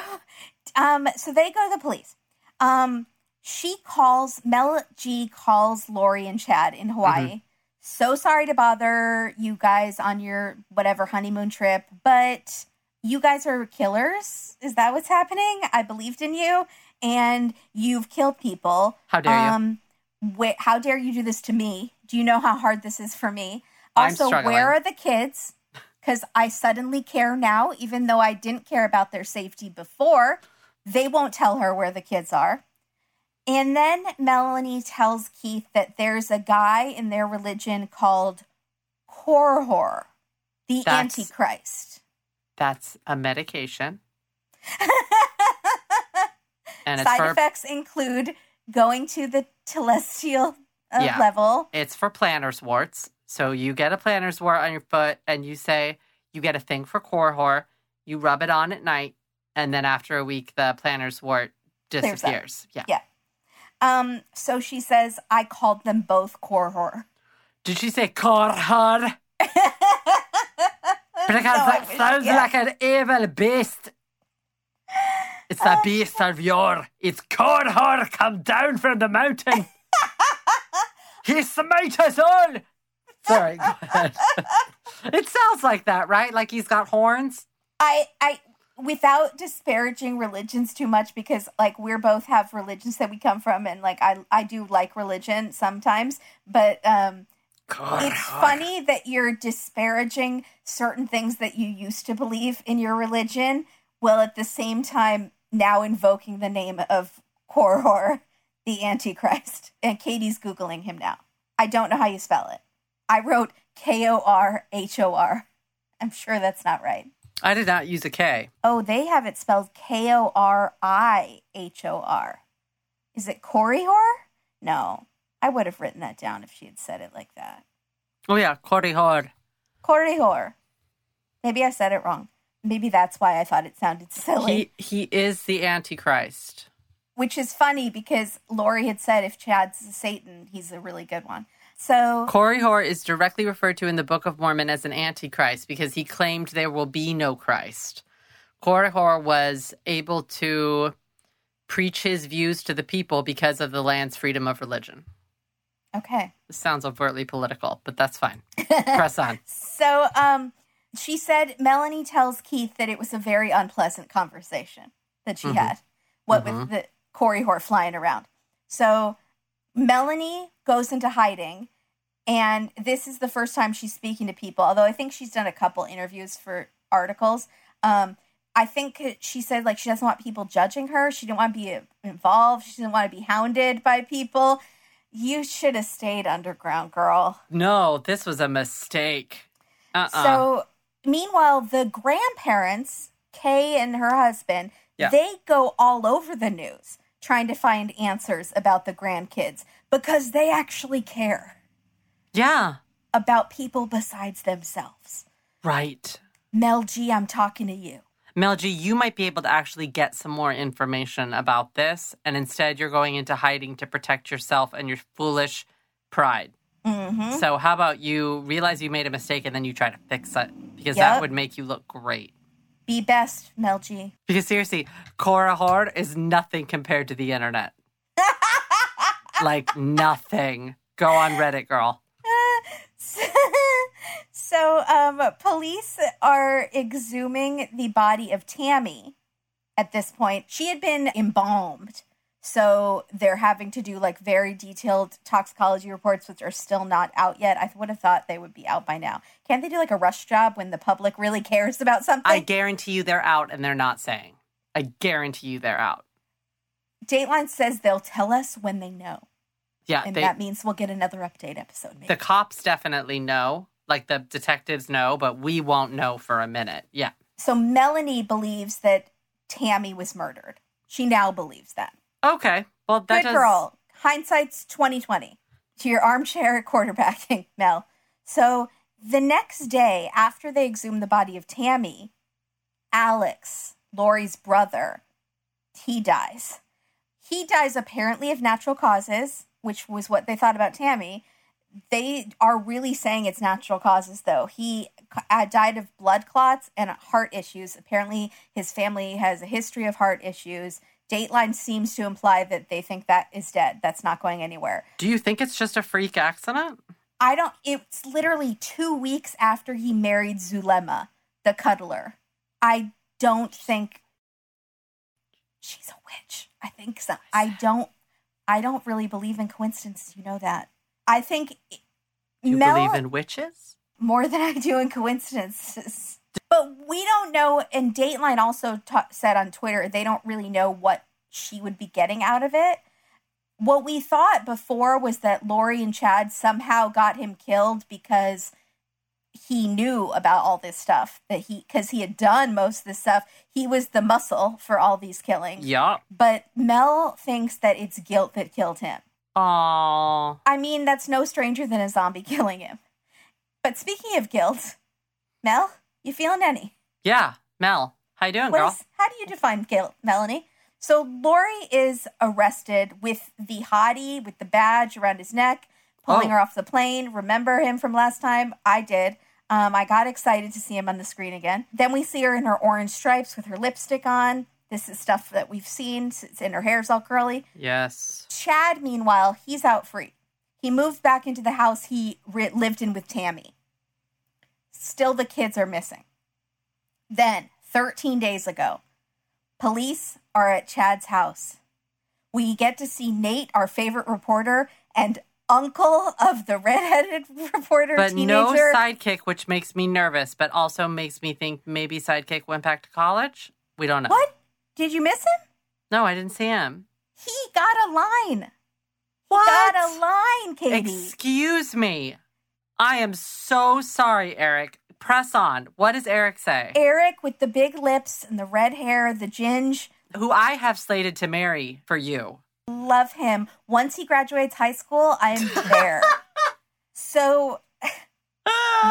A: um, so they go to the police. Um, she calls Mel G calls Lori and Chad
B: Mm-hmm.
A: in Hawaii. So sorry to bother you guys on your whatever honeymoon trip, but you guys are killers. Is that what's happening? I believed in you, and you've killed people.
B: How dare you?
A: um, wh- how dare you do this to me? Do you know how hard this is for me?
B: I'm
A: Also,
B: struggling.
A: where are the kids? Because I suddenly care now, even though I didn't care about their safety before. They won't tell her where the kids are. And then Melanie tells Keith that there's a guy in their religion called Korhor, the
B: That's-
A: Antichrist.
B: That's
A: (laughs)
B: a medication. and it's
A: Side
B: for
A: effects include going to the (laughs) celestial uh,
B: Yeah.
A: level.
B: it's for planner's warts. So you get a planner's wart on your foot and you say you get a thing for core whore, you rub it on at night, and then after a week the planner's wart
A: Clears up.
B: disappears. Yeah.
A: Yeah. Um, so she says, I called them both Korhor.
B: Did she say core whore?
A: (laughs)
B: Because
A: No, I
B: that
A: wish-
B: sounds
A: yeah.
B: like an evil beast. It's
A: (laughs)
B: the beast of yore. It's Korhor come down from
A: (laughs)
B: the mountain. he smite us all. Sorry, go ahead. (laughs) it sounds like that, right? Like he's got horns.
A: I, I, without disparaging religions too much, because like we're both have religions that we come from, and like I, I do like religion sometimes, but um, it's funny that you're disparaging certain things that you used to believe in your religion, while at the same time now invoking the name of Korhor, the Antichrist. And Katie's Googling him now. I don't know how you spell it. I wrote K O R H O R. I'm sure that's not right.
B: I did not use a K.
A: Oh, they have it spelled K O R I H O R. Is it Corihor? No. I would have written that down if she had said it like that.
B: Oh yeah, Korihor.
A: Corridor. Maybe I said it wrong. Maybe that's why I thought it sounded (laughs) silly.
B: He he is the Antichrist.
A: Which is funny because Lori had said if Chad's a Satan, he's a really good one. So,
B: Korihor is directly referred to in the Book of Mormon as an antichrist because he claimed there will be no Christ. Korihor was able to preach his views to the people because of the land's freedom of religion.
A: Okay.
B: This sounds overtly political, but that's fine. Press on.
A: So, um, she said Melanie tells Keith that it was a very unpleasant conversation that she had, what with the Corey Hort flying around. So, Melanie goes into hiding, and this is the first time she's speaking to people. Although I think she's done a couple interviews for articles. Um, I think she said like she doesn't want people judging her. She didn't want to be uh, involved. She didn't want to be hounded by people. You should have stayed underground, girl.
B: No, this was a mistake. Uh uh
A: So, meanwhile, the grandparents, Kay and her husband,
B: Yeah.
A: they go all over the news trying to find answers about the grandkids because they actually care
B: Yeah,
A: about people besides themselves.
B: right.
A: Mel G, I'm talking to you.
B: Mel G, you might be able to actually get some more information about this, and instead you're going into hiding to protect yourself and your foolish pride.
A: hmm
B: So, how about you realize you made a mistake and then you try to fix it? Because
A: Yep.
B: that would make you look great.
A: Be best, Mel G.
B: Because seriously, Cora Horde is nothing compared to
A: (laughs)
B: the internet. like nothing. Go on Reddit, girl.
A: (laughs) so, um, police are exhuming the body of Tammy at this point. She had been embalmed. So, they're having to do like very detailed toxicology reports, which are still not out yet. I would have thought they would be out by now. Can't they do like a rush job when the public really cares about something?
B: I guarantee you they're out and they're not saying. I guarantee you they're out.
A: Dateline says they'll tell us when they know.
B: Yeah,
A: And
B: they,
A: that means we'll get another update episode. Maybe.
B: the cops definitely know. Like the detectives know, but we won't know for a minute. Yeah.
A: so, Melanie believes that Tammy was murdered. She now believes that.
B: Okay. Well, that
A: Good
B: does,
A: girl. Hindsight's twenty twenty. To your armchair (laughs) quarterbacking, Mel. So the next day, after they exhumed the body of Tammy, Alex, Lori's brother, he dies. He dies apparently of natural causes, which was what they thought about Tammy. They are really saying it's natural causes, though. He c- uh, died of blood clots and heart issues. Apparently, his family has a history of heart issues. Dateline seems to imply that they think that is dead. That's not going anywhere.
B: Do you think it's just a freak accident?
A: I don't, it's literally two weeks after he married Zulema, the cuddler. I don't think she's a witch. I think so. I don't, I don't really believe in coincidence. You know that. I think
B: Do you
A: Mel,
B: believe in witches?
A: more than I do in coincidences. But we don't know. And Dateline also ta said on Twitter they don't really know what she would be getting out of it. What we thought before was that Lori and Chad somehow got him killed because he knew about all this stuff that he because he had done most of this stuff. He was the muscle for all these killings.
B: Yup.
A: But Mel thinks that it's guilt that killed him.
B: Aww.
A: I mean, that's no stranger than a zombie (laughs) killing him. But speaking of guilt, Mel, you feeling any?
B: Yeah, Mel. How you doing,
A: What
B: girl?
A: is- how do you define guilt, Melanie? So Lori is arrested with the hottie with the badge around his neck, pulling
B: Oh.
A: her off the plane. Remember him from last time? I did. Um, I got excited to see him on the screen again. Then we see her in her orange stripes with her lipstick on. This is stuff that we've seen, s- and her hair's all curly.
B: Yes.
A: Chad, meanwhile, he's out free. He moved back into the house he ri lived in with Tammy. Still, the kids are missing. Then, 13 days ago, police are at Chad's house. We get to see Nate, our favorite reporter, and uncle of the redheaded (laughs) reporter
B: But
A: teenager.
B: no sidekick, which makes me nervous, but also makes me think maybe sidekick went back to college. We don't know.
A: what? Did you miss him?
B: No, I didn't see him.
A: He got a line.
B: What?
A: He got a line, Katie.
B: Excuse me. I am so sorry, Eric. Press on. What does Eric say?
A: Eric with the big lips and the red hair, the ginge.
B: Who I have slated to marry for you.
A: love him. Once he graduates high school, I'm
B: (laughs)
A: there. so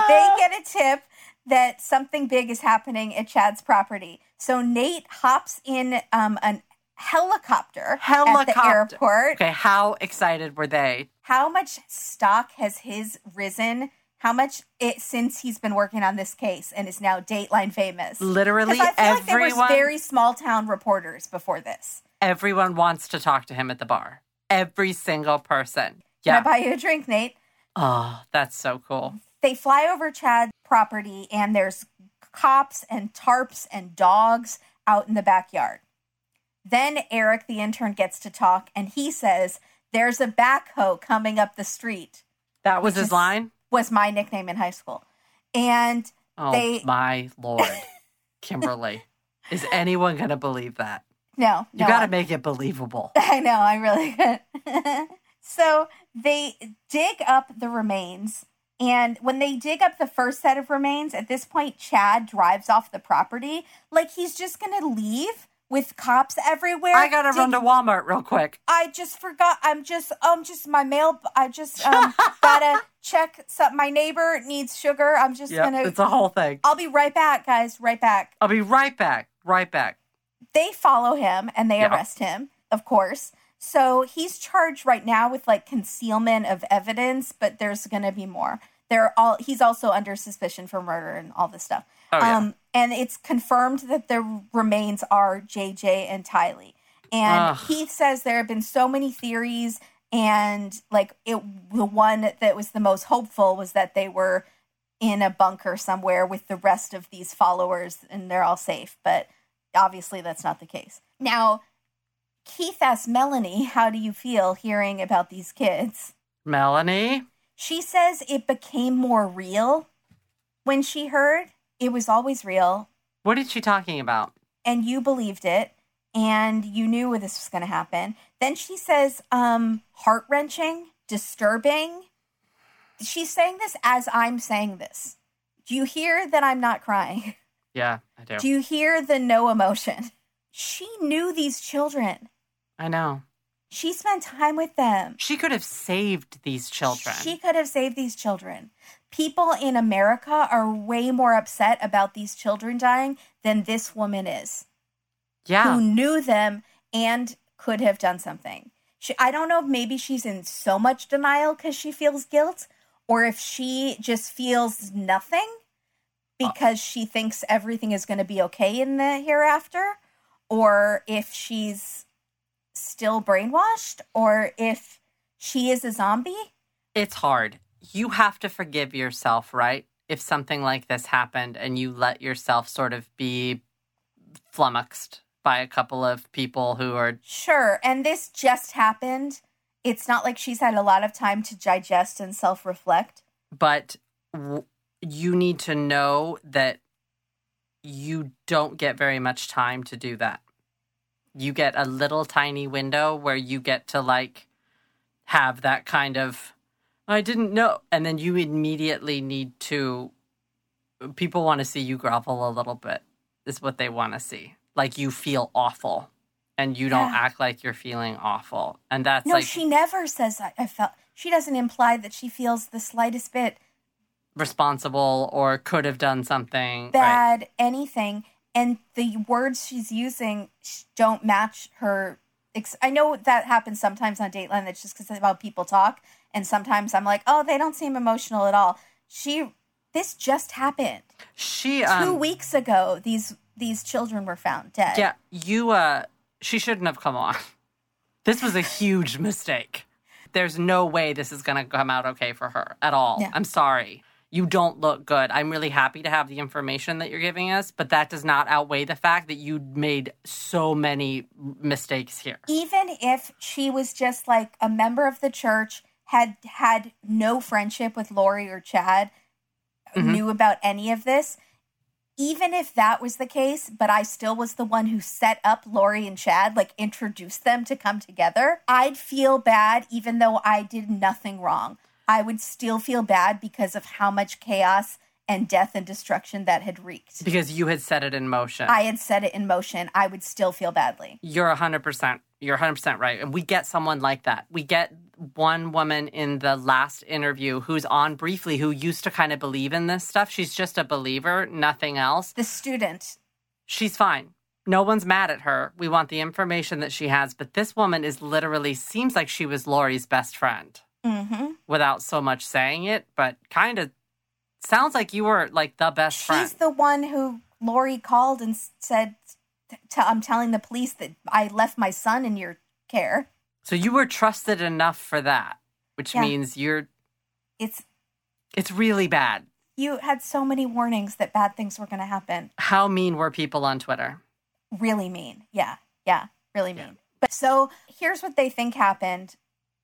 A: they get a tip that something big is happening at Chad's property. So Nate hops in um, an helicopter, at the
B: Helicopter.
A: airport.
B: Okay, how excited were they?
A: How much stock has his risen? How much it since he's been working on this case and is now Dateline famous?
B: Literally
A: Because I feel like they
B: everyone.
A: were very small town reporters before this.
B: Everyone wants to talk to him at the bar. Every single person.
A: Can
B: Yeah.
A: I buy you a drink, Nate?
B: oh, that's so cool.
A: They fly over Chad's property, and there's cops and tarps and dogs out in the backyard. Then Eric, the intern, gets to talk, and he says, There's a backhoe coming up the street,
B: That was
A: Which
B: his
A: is-
B: line.
A: was my nickname in high school. And
B: Oh
A: they-
B: my lord,
A: (laughs)
B: Kimberly, is anyone going to believe that?
A: no,
B: You
A: no,
B: got to
A: I'm-
B: make
A: (laughs)
B: it believable.
A: I know, I really could. (laughs) so they dig up the remains. And when they dig up the first set of remains, at this point, Chad drives off the property. Like he's just going to leave with cops everywhere.
B: I got to
A: Did-
B: run to Walmart real quick.
A: I just forgot. I'm just, um, just my mail. I just,
B: (laughs)
A: um, gotta check. Some, my neighbor needs sugar. I'm just
B: Yeah,
A: gonna,
B: it's a whole thing.
A: I'll be right back, guys. Right back.
B: I'll be right back. Right back.
A: they follow him and they
B: Yeah.
A: arrest him, of course. So he's charged right now with like concealment of evidence, but there's going to be more. They're all he's also under suspicion for murder and all this stuff.
B: Oh, yeah.
A: Um and it's confirmed that the remains are JJ and Tylee. And
B: Ugh.
A: he says there have been so many theories and like it the one that was the most hopeful was that they were in a bunker somewhere with the rest of these followers and they're all safe, but obviously that's not the case. Now, Keith asks Melanie, How do you feel hearing about these kids?
B: Melanie?
A: She says it became more real when she heard it was always real
B: What is she talking about?
A: and you believed it and you knew this was going to happen. Then she says, um, heart wrenching, disturbing. She's saying this as I'm saying this. Do you hear that I'm not crying?
B: Yeah, I do.
A: Do you hear the no emotion? She knew these children.
B: I know.
A: She spent time with them.
B: She could have saved these children.
A: She could have saved these children. People in America are way more upset about these children dying than this woman is, who
B: yeah.
A: knew them and could have done something. She, I don't know if maybe she's in so much denial because she feels guilt or if she just feels nothing because she thinks everything is going to be okay in the hereafter or if she's still brainwashed or if she is a zombie.
B: It's hard. You have to forgive yourself, right? If something like this happened and you let yourself sort of be flummoxed by a couple of people who are,
A: Sure. And this just happened. It's not like she's had a lot of time to digest and self reflect.
B: but w- you need to know that you don't get very much time to do that. You get a little tiny window where you get to like have that kind of, I didn't know. And then you immediately need to people want to see you grovel a little bit is what they want to see like you feel awful and you don't
A: Yeah.
B: act like you're feeling awful and that's
A: no,
B: like
A: she never says I, I felt. She doesn't imply that she feels the slightest bit
B: responsible or could have done something right
A: bad, anything. And the words she's using sh- don't match her. Ex- I know that happens sometimes on Dateline. That's just because how people talk. And sometimes I'm like, oh, they don't seem emotional at all. She, this just happened
B: she
A: two
B: um,
A: weeks ago. These these children were found dead.
B: yeah you uh she shouldn't have come on (laughs) this was a huge mistake there's no way this is gonna come out okay for her at all
A: Yeah.
B: i'm sorry you don't look good i'm really happy to have the information that you're giving us but that does not outweigh the fact that you made so many mistakes here
A: even if she was just like a member of the church, had had no friendship with Lori or Chad,
B: Mhm.
A: knew about any of this, even if that was the case, but I still was the one who set up Lori and Chad, like introduced them to come together, I'd feel bad even though I did nothing wrong. I would still feel bad because of how much chaos and death and destruction that had wreaked.
B: because you had set it in motion
A: I had set it in motion, I would still feel badly.
B: You're 100%. You're 100% right. And we get someone like that. We get one woman in the last interview who's on briefly who used to kind of believe in this stuff. She's just a believer, nothing else.
A: The student
B: She's fine. No one's mad at her. We want the information that she has. But this woman is literally seems like she was Lori's best friend
A: hmm
B: without so much saying it, but kind of sounds like you were like the best
A: She's
B: friend.
A: the one who Lori called and s- said t- I'm telling the police that I left my son in your care.
B: So you were trusted enough for that, which
A: Yeah.
B: means you're.
A: It's
B: It's really bad.
A: you had so many warnings that bad things were going to happen.
B: How mean were people on Twitter?
A: Really mean. Yeah. Yeah. Really mean. But so here's what they think happened.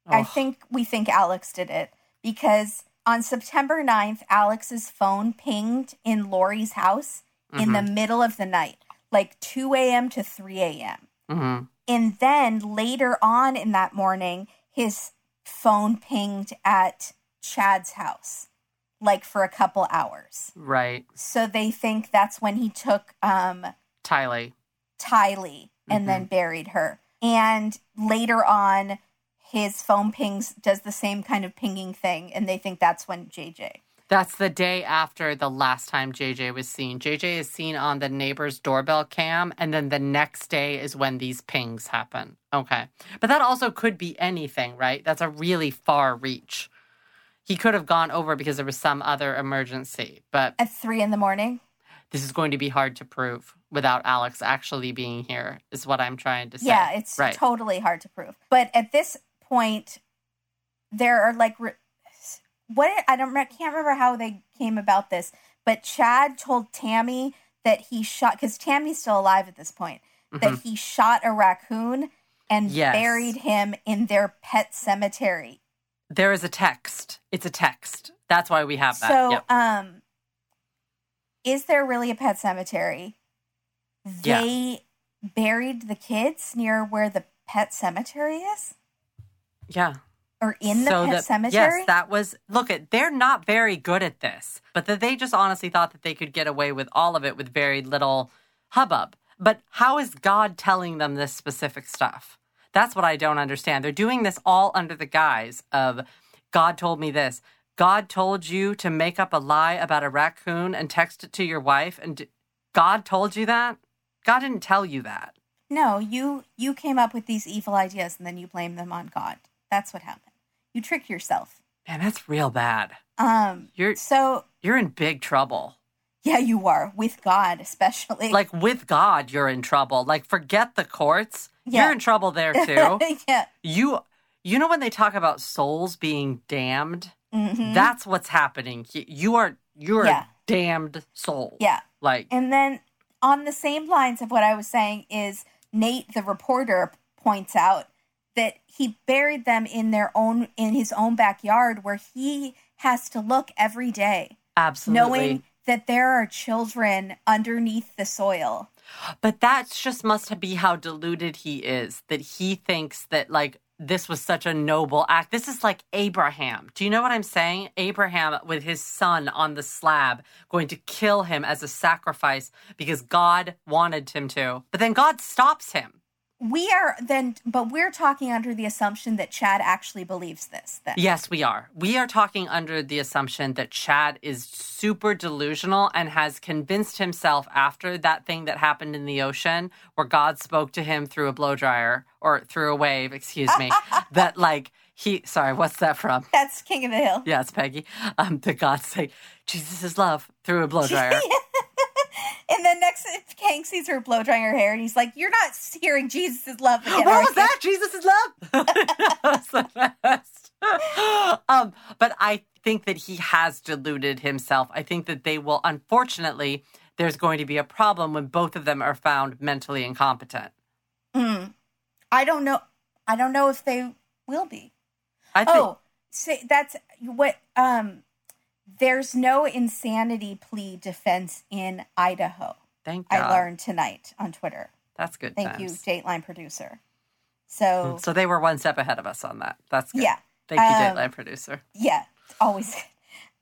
A: I
B: Ugh.
A: think we think Alex did it because on September 9th, Alex's phone pinged in Lori's house in the middle of the night, like 2 a.m. to 3 a.m.
B: Mhm.
A: And then later on in that morning, his phone pinged at Chad's house, like for a couple hours.
B: Right,
A: So they think that's when he took um,
B: Tylee.
A: Ty Lee and then buried her. And later on, his phone pings does the same kind of pinging thing, and they think that's when JJ.
B: That's the day after the last time JJ was seen. JJ is seen on the neighbor's doorbell cam, and then the next day is when these pings happen. Okay. But that also could be anything, right? That's a really far reach. He could have gone over because there was some other emergency, but
A: At three in the morning,
B: this is going to be hard to prove without Alex actually being here, is what I'm trying to say.
A: Yeah, it's
B: right.
A: totally hard to prove. But at this point, there are like re- what I don't I can't remember how they came about this, but Chad told Tammy that he shot because Tammy's still alive at this point that he shot a raccoon and
B: Mm-hmm. Yes.
A: buried him in their pet cemetery.
B: there is a text. It's a text. That's why we have that.
A: So,
B: Yep.
A: um, is there really a pet cemetery?
B: Yeah.
A: They buried the kids near where the pet cemetery is.
B: yeah.
A: or in the pet
B: that-
A: cemetery.
B: Yes, that was. Look, at they're not very good at this, but that they just honestly thought that they could get away with all of it with very little hubbub. But how is God telling them this specific stuff? That's what I don't understand. They're doing this all under the guise of God told me this. God told you to make up a lie about a raccoon and text it to your wife. And d- God told you that? God didn't tell you that.
A: no, you you came up with these evil ideas and then you blame them on God. That's what happened. You trick yourself.
B: Man, that's real bad.
A: Um
B: You're-
A: so
B: You're in big trouble.
A: yeah, you are with God especially. (laughs)
B: like with God, you're in trouble. Like forget the courts.
A: Yeah.
B: You're in trouble there
A: (laughs)
B: too.
A: yeah.
B: you you know when they talk about souls being damned?
A: mhm.
B: That's what's happening. Y- You are you're
A: Yeah.
B: a damned soul.
A: yeah.
B: Like
A: And then on the same lines of what I was saying is Nate the reporter points out that he buried them in their own in his own backyard where he has to look every day
B: absolutely.
A: knowing that there are children underneath the soil.
B: But that's just must be how deluded he is that he thinks that like this was such a noble act. This is like Abraham. Do you know what I'm saying? Abraham with his son on the slab going to kill him as a sacrifice because God wanted him to. But then God stops him.
A: We are then, but we're talking under the assumption that Chad actually believes this. Then,
B: Yes, we are. We are talking under the assumption that Chad is super delusional and has convinced himself after that thing that happened in the ocean where God spoke to him through a blow dryer or through a wave, excuse me, that like he, sorry, what's that from?
A: that's King of the Hill.
B: Yes, Peggy. Um, that God say, Jesus is love through a blow dryer.
A: And then next, Kang sees her blow drying her hair, and he's like, "You're not hearing Jesus' love again."
B: What
A: are
B: was
A: you?"
B: that? Jesus is (laughs) love. That's the best. (gasps) um, but I think that he has deluded himself. I think that they will, unfortunately, there's going to be a problem when both of them are found mentally incompetent.
A: Mm. I don't know. I don't know if they will be.
B: I think
A: Oh, say that's what. Um, there's no insanity plea defense in Idaho.
B: thank God.
A: I learned tonight on Twitter.
B: That's good.
A: Thank you,
B: times.
A: Dateline producer. So
B: So they were one step ahead of us on that. That's good.
A: yeah,
B: Thank you,
A: Um,
B: Dateline producer.
A: yeah, it's always. (laughs)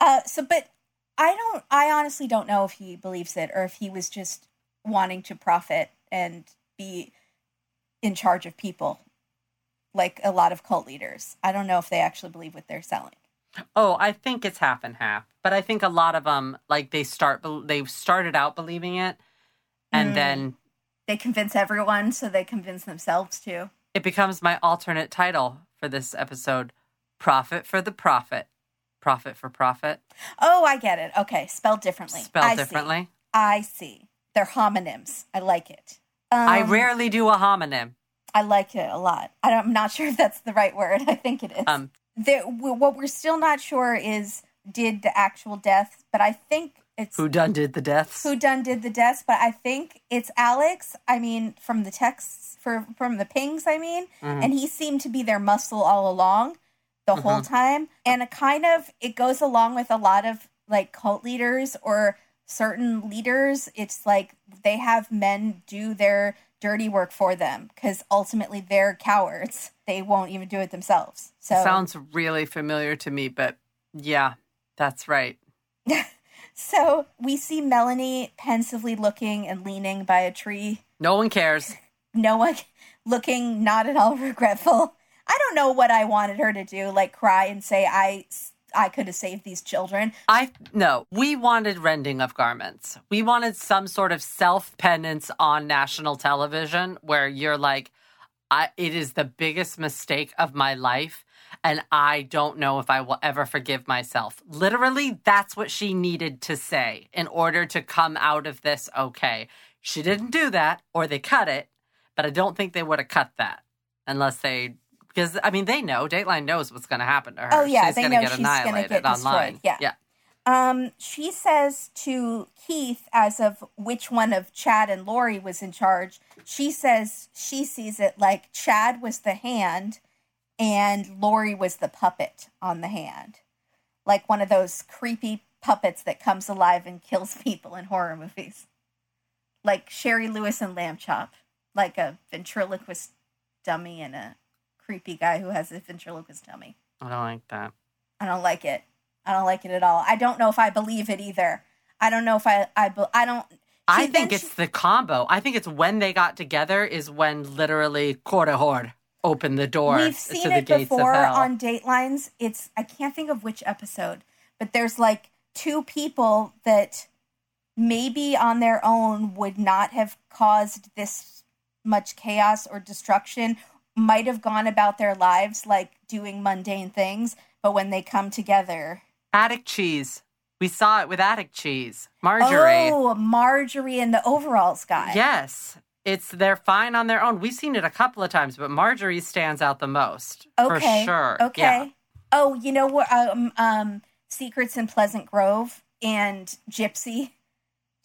A: Uh, so, but I don't. I honestly don't know if he believes it or if he was just wanting to profit and be in charge of people, like a lot of cult leaders. I don't know if they actually believe what they're selling.
B: Oh, I think it's half and half. But I think a lot of them, like they start, they started out believing it, and
A: Mm.
B: then
A: They convince everyone, so they convince themselves too.
B: It becomes my alternate title for this episode Profit for the Profit. Profit for Profit.
A: Oh, I get it. Okay, spelled differently.
B: Spelled
A: I see.
B: differently.
A: I see. They're homonyms. I like it. Um,
B: I rarely do a homonym.
A: I like it a lot. I don't, I'm not sure if that's the right word. (laughs) I think it is.
B: Um,
A: There- w what we're still not sure is did the actual death, but I think it's
B: who done did the deaths?
A: who done did the deaths, but I think it's Alex. I mean, from the texts, for from the pings, I mean,
B: Mm-hmm.
A: and he seemed to be their muscle all along, the whole time, and a kind of it goes along with a lot of like cult leaders or certain leaders. It's like they have men do their dirty work for them because ultimately they're cowards. They won't even do it themselves. So
B: Sounds really familiar to me, but yeah, that's right.
A: so we see Melanie pensively looking and leaning by a tree
B: No one cares.
A: no one (laughs) looking not at all (laughs) regretful. I don't know what I wanted her to do, like cry and say I I could have saved these children.
B: I no, we wanted rending of garments. We wanted some sort of self penance on national television where you're like, I, it is the biggest mistake of my life, and I don't know if I will ever forgive myself. Literally, that's what she needed to say in order to come out of this okay. She didn't do that, or they cut it, but I don't think they would have cut that unless they. Because I mean, they know Dateline knows what's going to happen to her.
A: Oh, yeah,
B: she's
A: they
B: gonna
A: know
B: get
A: she's gonna
B: annihilated
A: get destroyed.
B: online.
A: Yeah.
B: yeah.
A: Um, she says to Keith, as of which one of Chad and Lori was in charge, she says she sees it like Chad was the hand and Lori was the puppet on the hand. Like one of those creepy puppets that comes alive and kills (laughs) people in horror movies. Like Sherry Lewis and Lamb Chop, like a ventriloquist dummy and a creepy guy who has a ventriloquist dummy.
B: I don't like that.
A: I don't like it. I don't like it at all. I don't know if I believe it either. I don't know if I I be- I don't. She,
B: I
A: then
B: think it's
A: she-
B: the combo. I think it's when they got together is when literally Cortehord opened the door
A: we've
B: to
A: seen
B: the
A: it
B: gates
A: before
B: of hell.
A: on Datelines. It's I can't think of which episode, but there's like two people that maybe on their own would not have caused this much chaos or destruction. Might have gone about their lives like doing mundane things, but when they come together,
B: Attic cheese. We saw it with attic cheese. Marjorie.
A: oh, Marjorie and the overalls guy.
B: Yes. It's they're fine on their own. We've seen it a couple of times, but Marjorie stands out the most.
A: Okay.
B: For sure.
A: Okay.
B: Yeah.
A: Oh, you know what? Um, um, Secrets in Pleasant Grove and Gypsy,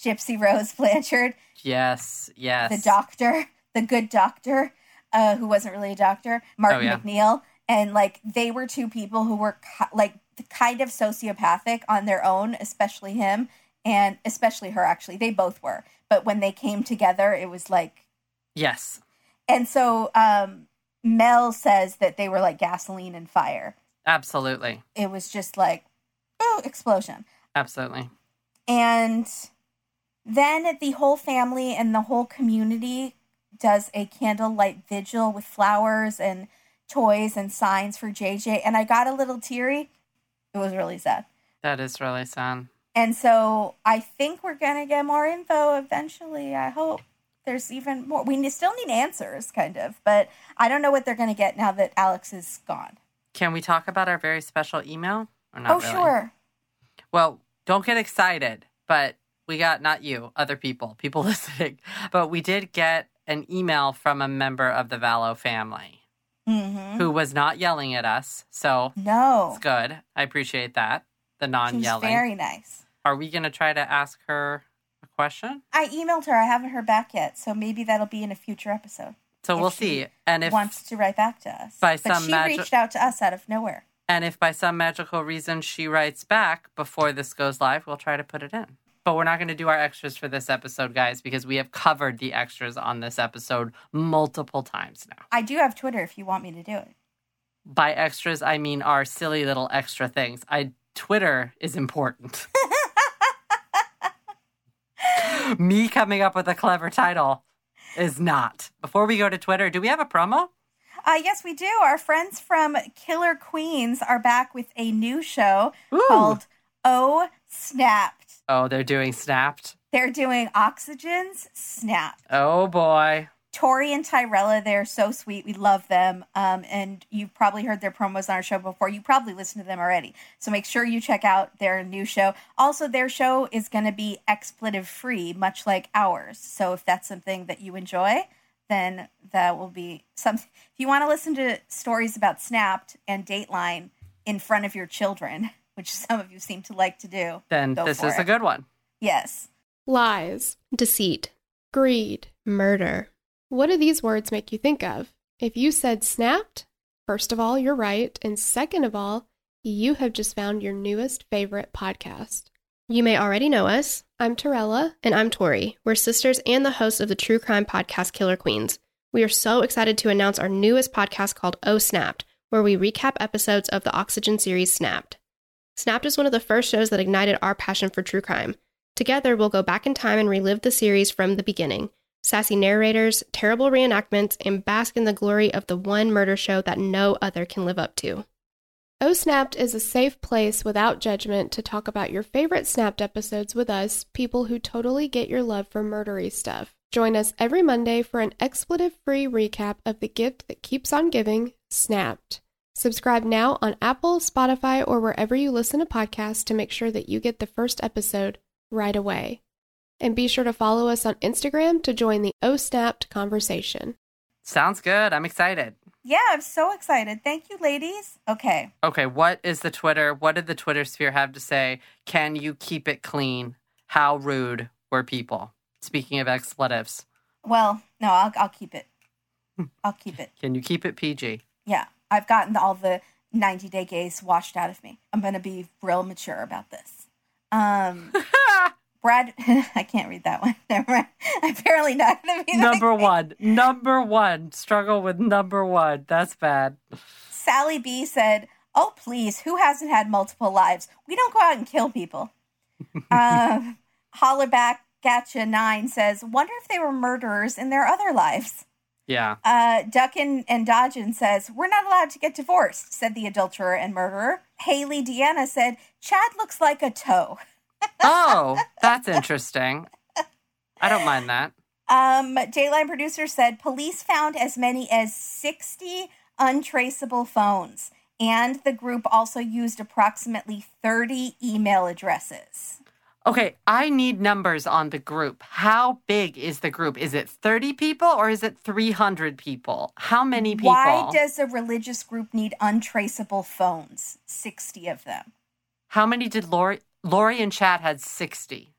A: Gypsy Rose (laughs) Blanchard,
B: Yes. Yes.
A: the doctor, the good doctor, uh, who wasn't really a doctor, Martin
B: Oh, yeah.
A: McNeil, and like they were two people who were ki- like kind of sociopathic on their own, especially him and especially her. Actually, they both were, but when they came together, it was like
B: Yes.
A: and so um, Mel says that they were like gasoline and fire.
B: Absolutely.
A: It was just like, oh, explosion.
B: Absolutely.
A: And then the whole family and the whole community does a candlelight vigil with flowers and toys and signs for JJ. And I got a little teary. It was really sad.
B: That is really sad.
A: And so I think we're going to get more info eventually. I hope there's even more. We ne- still need answers, kind of, but I don't know what they're going to get now that Alex is gone.
B: Can we talk about our very special email? Or not
A: oh,
B: really?
A: sure.
B: Well, don't get excited, but we got not you, other people, people (laughs) listening, but we did get an email from a member of the Vallow family
A: hmm
B: who was not yelling at us. So
A: No.
B: it's good. I appreciate that. The non
A: She's
B: yelling.
A: very nice.
B: Are we going to try to ask her a question?
A: I emailed her. I haven't heard back yet, so maybe that'll be in a future episode.
B: So
A: If
B: we'll
A: she
B: see. And if
A: Wants to write back to us,
B: By
A: but
B: some
A: she
B: magi-
A: reached out to us out of nowhere.
B: and if by some magical reason she writes back before this goes live, we'll try to put it in. But we're not going to do our extras for this episode, guys, because we have covered the extras on this episode multiple times now.
A: I do have Twitter if you want me to do it.
B: by extras i mean our silly little extra things i twitter
A: (laughs)
B: is important me coming up with a clever title is not before we go to twitter do we have a promo
A: Uh, yes, we do. Our friends from Killer Queens are back with a new show
B: Ooh.
A: called Oh Snapped.
B: oh they're doing snapped
A: They're doing Oxygen's Snap.
B: oh boy
A: Tori and Tyrella, they're so sweet. We love them. Um, and you've probably heard their promos on our show before. You probably listened to them already. So make sure you check out their new show. Also, their show is going to be expletive free, much like ours. So if that's something that you enjoy, then that will be something. If you want to listen to stories about Snapped and Dateline in front of your children, (laughs) which some of you seem to like to do,
B: Then
A: go
B: this
A: for
B: is a
A: it.
B: good one.
A: Yes.
E: Lies, deceit, greed, murder. What do these words make you think of? If you said snapped, first of all, you're right. And second of all, you have just found your newest favorite podcast.
F: You may already know us,
E: I'm Torella.
F: and I'm Tori. We're sisters and the hosts of the true crime podcast Killer Queens. We are so excited to announce our newest podcast called Oh Snapped, where we recap episodes of the Oxygen series Snapped. Snapped is one of the first shows that ignited our passion for true crime. Together, we'll go back in time and relive the series from the beginning. Sassy narrators, terrible reenactments, and bask in the glory of the one murder show that no other can live up to. Oh,
E: O Snapped is a safe place without judgment to talk about your favorite Snapped episodes with us, people who totally get your love for murdery stuff. Join us every Monday for an expletive free recap of the gift that keeps on giving, Snapped. Subscribe now on Apple, Spotify, or wherever you listen to podcasts to make sure that you get the first episode right away. And be sure to follow us on Instagram to join the O Snapped conversation.
B: Sounds good. I'm excited.
A: Yeah, I'm so excited. Thank you, ladies. Okay.
B: Okay, what is the Twitter? What did the Twitter sphere have to say? Can you keep it clean? How rude were people? Speaking of expletives,
A: Well, no, I'll, I'll keep it.
B: Hmm.
A: I'll keep it.
B: can you keep it PG?
A: Yeah, I've gotten all the 90 day gays washed out of me. I'm going to be real mature about this.
B: (laughs)
A: Um, Brad, (laughs) I can't read that one. (laughs) Never mind. I'm apparently not going to (laughs) be that
B: number
A: gay.
B: one. Number one. Struggle with number one. That's bad.
A: Sally B said, Oh, please, who hasn't had multiple lives? We don't go out and kill
B: (laughs)
A: people. um, Hollerback Gotcha 9 says, Wonder if they were murderers in their other lives.
B: Yeah.
A: Uh, Duckin and Dodgin says, We're not allowed to get divorced, said the adulterer and murderer. Haley Deanna said, Chad looks like a toe.
B: Oh, that's interesting. I don't mind that.
A: Um, Dayline producer said, Police found as many as 60 untraceable phones, and the group also used approximately 30 email addresses.
B: Okay, I need numbers on the group. How big is the group? Is it 30 people or is it 300 people? How many people?
A: Why does a religious group need untraceable phones? 60 of them.
B: How many did Lori? Lori and Chad had 60.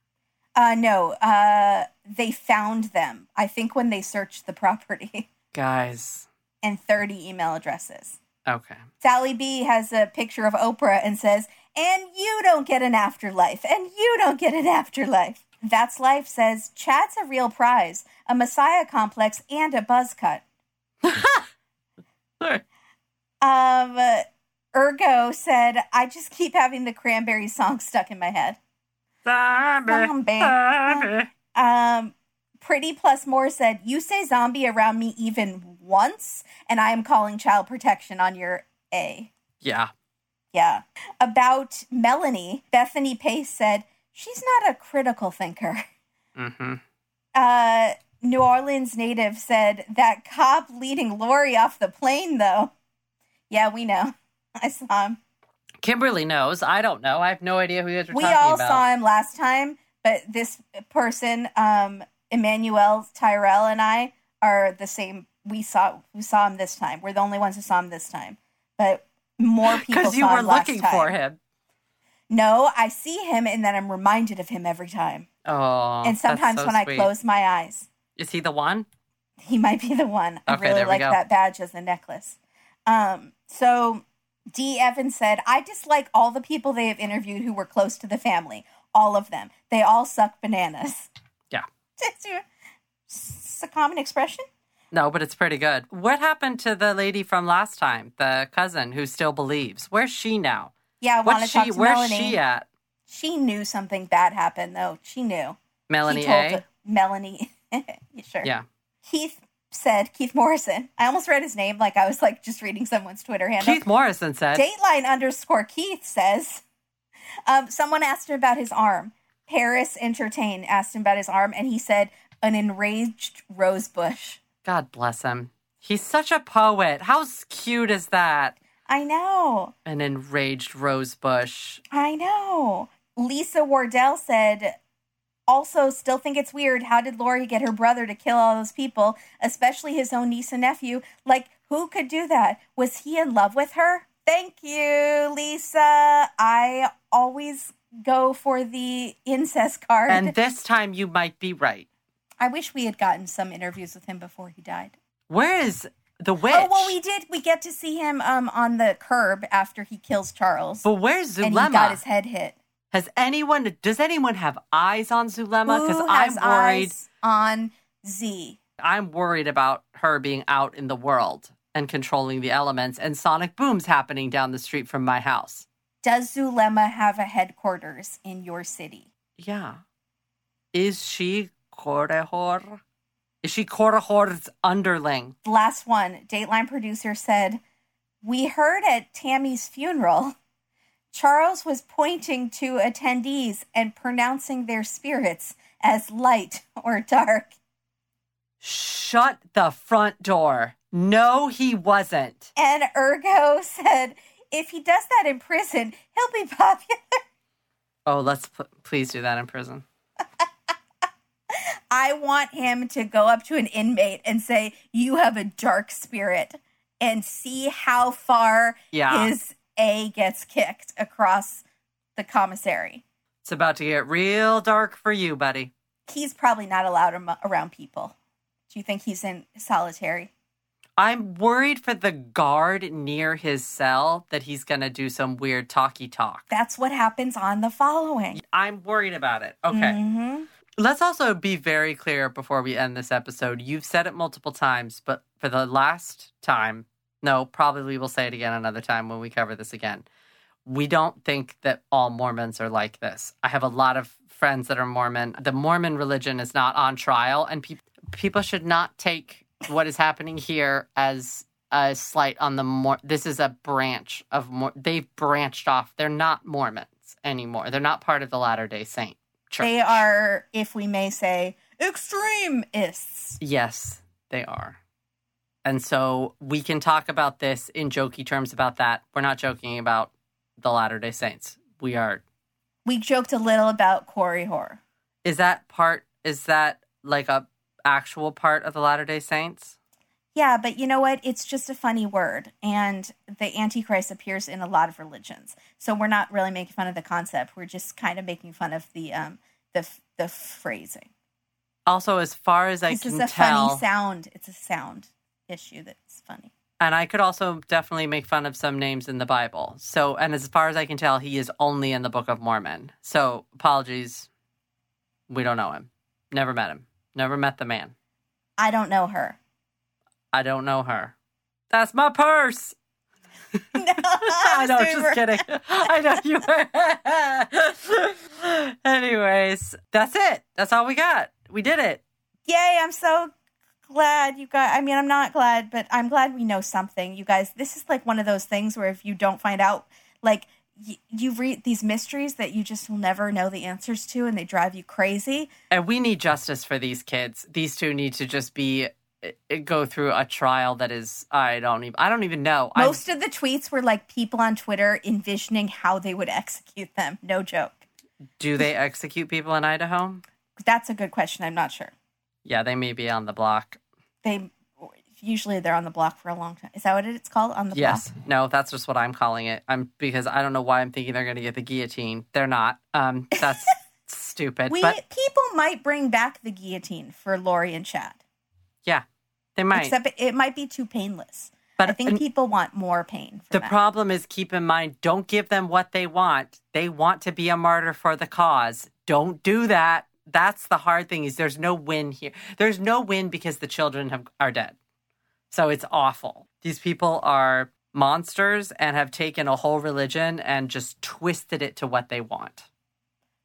A: Uh, no, uh, they found them, I think, when they searched the property. (laughs)
B: Guys.
A: and 30 email addresses.
B: Okay.
A: Sally B has a picture of Oprah and says, And you don't get an afterlife, and you don't get an afterlife. That's Life says, Chad's a real prize, a messiah complex, and a buzz cut. Um, Ergo said, I just keep having the cranberry song stuck in my head. Zombie.
B: Zombie.
A: Um, Pretty Plus More said, You say zombie around me even once, and I am calling child protection on your A.
B: Yeah.
A: Yeah. About Melanie, Bethany Pace said, she's not a critical thinker.
B: Mm-hmm.
A: Uh, New Orleans native said, that cop leading Lori off the plane, though. Yeah, we know. I saw him.
B: Kimberly knows. I don't know. I have no idea who you guys are
A: we
B: talking
A: all
B: about.
A: saw him last time, but this person, um, Emmanuel Tyrell and I are the same. We saw we saw him this time. We're the only ones who saw him this time, but more
B: (laughs)
A: people
B: Because you
A: saw
B: were
A: him last
B: looking
A: time.
B: for him.
A: No, I see him and then I'm reminded of him every time.
B: Oh.
A: and
B: that's
A: sometimes
B: so
A: when I
B: sweet.
A: close my eyes,
B: Is he the one?
A: he might be the one. I
B: Okay,
A: really
B: there we
A: like
B: go.
A: that badge as a necklace. Um, so D. Evans said, I dislike all the people they have interviewed who were close to the family. All of them. They all suck bananas. (laughs)
B: Yeah.
A: That's your- It's a common expression.
B: No, but it's pretty good. What happened to the lady from last time, the cousin who still believes? Where's she now?
A: Yeah, I want
B: What's
A: to talk
B: she?
A: to
B: Where's
A: Melanie.
B: she at?
A: She knew something bad happened, though. She knew.
B: Melanie
A: she
B: A.
A: told Melanie. (laughs) sure.
B: Yeah.
A: Keith said, Keith Morrison. I almost read his name like I was like just reading someone's Twitter handle.
B: Keith Morrison said,
A: Dateline underscore Keith says, um, someone asked him about his arm. Paris Entertain asked him about his arm, and he said, an enraged rose bush.
B: God bless him. He's such a poet. How s- cute is that?
A: I know.
B: An enraged rosebush.
A: I know. Lisa Wardell said, also, still think it's weird. How did Lori get her brother to kill all those people, especially his own niece and nephew? Like, who could do that? Was he in love with her? Thank you, Lisa. I always go for the incest card.
B: And this time you might be right.
A: I wish we had gotten some interviews with him before he died.
B: Where is the witch?
A: Oh well, we did. We get to see him um on the curb after he kills Charles,
B: But where's
A: and he got
B: Zulema?
A: his head hit.
B: Has anyone? Does anyone have eyes on Zulema? Because
A: Who
B: I'm
A: has
B: worried.
A: eyes on Z.
B: I'm worried about her being out in the world and controlling the elements. And sonic booms happening down the street from my house.
A: Does Zulema have a headquarters in your city?
B: Yeah. Is she Corehor? Is she Corehor's underling?
A: Last one, Dateline producer said, We heard at Tammy's funeral, Charles was pointing to attendees and pronouncing their spirits as light or dark.
B: Shut the front door. No, he wasn't.
A: And Ergo (laughs) said, If he does that in prison, he'll be (laughs) popular.
B: Oh, let's p- please do that in prison.
A: I want him to go up to an inmate and say, You have a dark spirit, and see how far
B: Yeah.
A: his A gets kicked across the commissary.
B: It's about to get real dark for you, buddy.
A: He's probably not allowed am- around people. Do you think he's in solitary?
B: I'm worried for the guard near his cell that he's going to do some weird talky talk.
A: That's what happens on the following.
B: I'm worried about it. Okay.
A: hmm
B: Let's also be very clear before we end this episode. You've said it multiple times, but for the last time, no, probably we'll say it again another time when we cover this again. We don't think that all Mormons are like this. I have a lot of friends that are Mormon. The Mormon religion is not on trial, and peop people should not take what is happening here as a slight on the more. This is a branch of more. They've branched off. They're not Mormons anymore. They're not part of the Latter Day Saint. Church.
A: They are, if we may say, extremists.
B: Yes, they are. And so we can talk about this in jokey terms about that. We're not joking about the Latter day Saints. We are.
A: We joked a little about Corey Horror.
B: Is that part, is that like a actual part of the Latter day Saints?
A: Yeah, but you know what? It's just a funny word. And the Antichrist appears in a lot of religions. So we're not really making fun of the concept. We're just kind of making fun of the um the f- the phrasing.
B: Also, as far as I
A: this
B: can
A: is a
B: tell,
A: funny sound. It's a sound issue that's funny.
B: and I could also definitely make fun of some names in the Bible. So, and as far as I can tell, he is only in the Book of Mormon. So, apologies. We don't know him. Never met him. Never met the man.
A: I don't know her. (laughs)
B: I don't know her. That's my
A: (laughs)
B: purse.
A: No,
B: (laughs) I know,
A: super-
B: just kidding. (laughs) I know you were. (laughs) Anyways, that's it. That's all we got. We did it.
A: Yay, I'm so glad you guys I mean I'm not glad, but I'm glad we know something. You guys, this is like one of those things where if you don't find out like y- you read these mysteries that you just will never know the answers to and they drive you crazy.
B: And we need justice for these kids. These two need to just be eh, go through a trial that is I don't even I don't even know. I'm-
A: Most of the tweets were like people on Twitter envisioning how they would execute them. No joke.
B: do they execute people in Idaho?
A: That's a good question. I'm not sure.
B: Yeah, they may be on the block.
A: They usually they're on the block for a long time. Is that what it's called? On the
B: Yes.
A: block?
B: No, that's just what I'm calling it. I'm because I don't know why I'm thinking they're going to get the guillotine. They're not. Um
A: (laughs)
B: that's stupid.
A: We
B: but
A: people might bring back the guillotine for Lori and Chad.
B: yeah. They might.
A: Except it might be too painless.
B: But
A: I think
B: an-
A: people want more pain. For
B: The
A: that.
B: problem is keep in mind, don't give them what they want. They want to be a martyr for the cause. Don't do that. That's the hard thing is there's no win here. There's no win because the children have, are dead. So it's awful. These people are monsters and have taken a whole religion and just twisted it to what they want.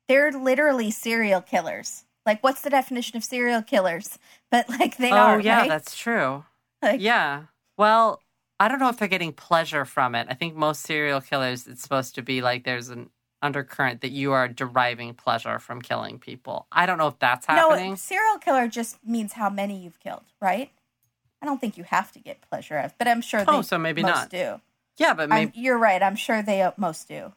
A: They're literally serial killers. Like, what's the definition of serial killers? But like, they
B: oh
A: are.
B: yeah,
A: right?
B: that's true.
A: Like-
B: yeah. Well, I don't know if they're getting pleasure from it. I think most serial killers, it's supposed to be like there's an undercurrent that you are deriving pleasure from killing people. I don't know if that's
A: no.
B: happening.
A: Serial killer just means how many you've killed, right? I don't think you have to get pleasure out of, but I'm sure.
B: Oh,
A: they
B: so maybe
A: most
B: not.
A: Do
B: Yeah, but
A: I'm-
B: maybe,
A: you're right. I'm sure they uh, most do.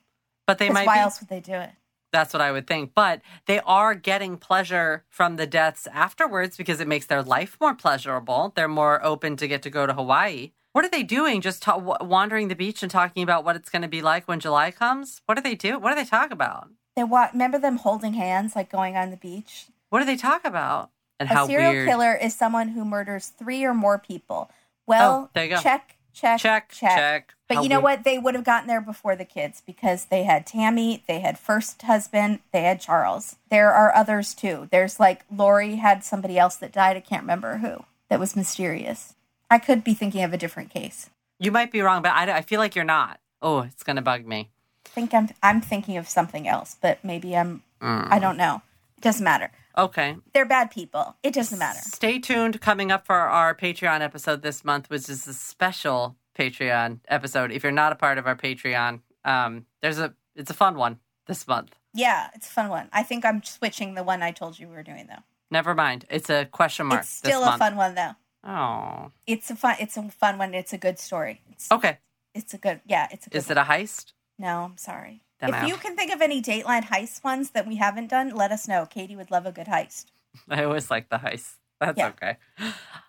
B: but they
A: Because
B: might
A: why
B: be.
A: else would they do it?
B: That's what I would think. But they are getting pleasure from the deaths afterwards because it makes their life more pleasurable. They're more open to get to go to Hawaii. What are they doing? Just ta- wa- wandering the beach and talking about what it's going to be like when July comes? What do they do? What do they talk about?
A: They wa- remember them holding hands, like going on the beach.
B: What do they talk about? And
A: a
B: how
A: serial
B: weird.
A: killer is someone who murders three or more people. Well,
B: Oh, there you go.
A: check, check,
B: Check, check.
A: But
B: How
A: you know
B: weird.
A: what? They would have gotten there before the kids because they had Tammy, they had first husband, they had Charles. There are others too. There's like Lori had somebody else that died. I can't remember who. That was mysterious. I could be thinking of a different case.
B: You might be wrong, but I, I feel like you're not. Oh, it's going to bug me.
A: I think I'm I'm thinking of something else, but maybe I'm
B: Mm.
A: I don't know. It doesn't matter.
B: Okay.
A: They're bad people. It doesn't matter.
B: Stay tuned. Coming up for our Patreon episode this month, which is a special Patreon episode. If you're not a part of our Patreon, um, there's a it's a fun one this month.
A: Yeah, it's a fun one. I think I'm switching the one I told you we were doing though.
B: Never mind. It's a question mark.
A: It's still
B: this
A: a
B: month.
A: fun one though.
B: Oh.
A: It's a fun. It's a fun one. It's a good story. It's,
B: Okay.
A: it's a good. Yeah, it's a good.
B: Is it a heist? (laughs)
A: one. no, I'm sorry.
B: Then
A: if
B: I'll-
A: you can think of any Dateline heist ones that we haven't done, let us know. Katie would love a good heist.
B: I always like the heist. That's
A: Yeah.
B: okay.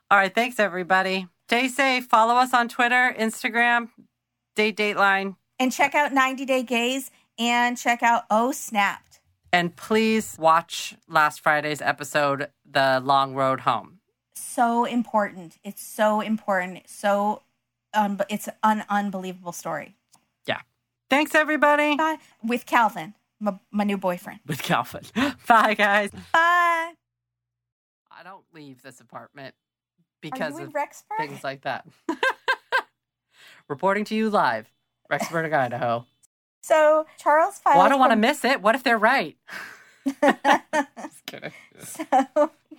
B: All right. Thanks everybody. Stay safe. Follow us on Twitter, Instagram, Date Dateline.
A: And check out 90 Day Gaze and check out Oh Snapped.
B: And please watch last Friday's episode, The Long Road Home.
A: So important. It's so important. So, um, it's an unbelievable story.
B: Thanks, everybody.
A: Bye. With Calvin, my, my new boyfriend.
B: With Calvin. (laughs) Bye, guys.
A: Bye.
B: I don't leave this apartment
A: Are
B: because
A: you in
B: of
A: Rexburg?
B: things like that. (laughs) Reporting to you live, Rexburg,
A: (laughs)
B: Idaho.
A: so Charles filed.
B: Well, Oh, I don't want to
A: for-
B: miss it. What if they're right?
A: (laughs)
B: Just kidding.
A: So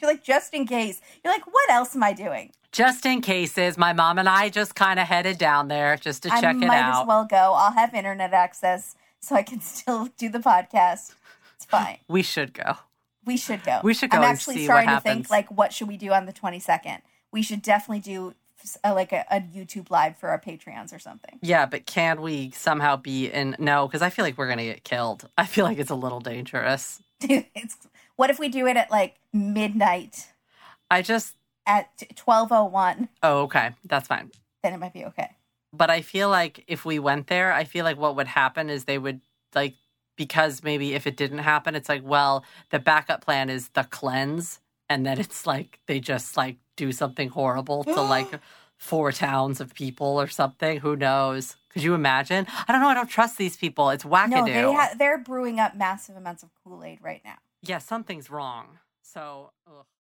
A: you're like, just in case. You're like, what else am I doing?
B: Just in cases, my mom and I just kind of headed down there just to
A: I
B: check it
A: might
B: out.
A: as well go. I'll have internet access so I can (laughs) still do the podcast. It's fine.
B: We should go.
A: We should go.
B: We should
A: I'm
B: go and
A: actually
B: see what
A: starting to
B: happens.
A: think like, what should we do on the 22nd? We should definitely do uh like a, a YouTube live for our Patreons or something. (laughs)
B: Yeah, but can we somehow be in? No, because I feel like we're going to get killed. I feel like it's a little dangerous.
A: it's, what if we do it at like midnight
B: I just.
A: at 12:01?
B: Oh, okay. That's fine.
A: Then it might be okay.
B: but I feel like if we went there, I feel like what would happen is they would like because maybe if it didn't happen, it's like well the backup plan is the cleanse, and then it's like they just like do something horrible
A: (gasps)
B: to like four towns of people or something. Who knows? Could you imagine? I don't know. I don't trust these people. It's
A: No,
B: wackadoo.
A: they ha- they're brewing up massive amounts of Kool Aid right now.
B: yeah, something's wrong. So. Ugh.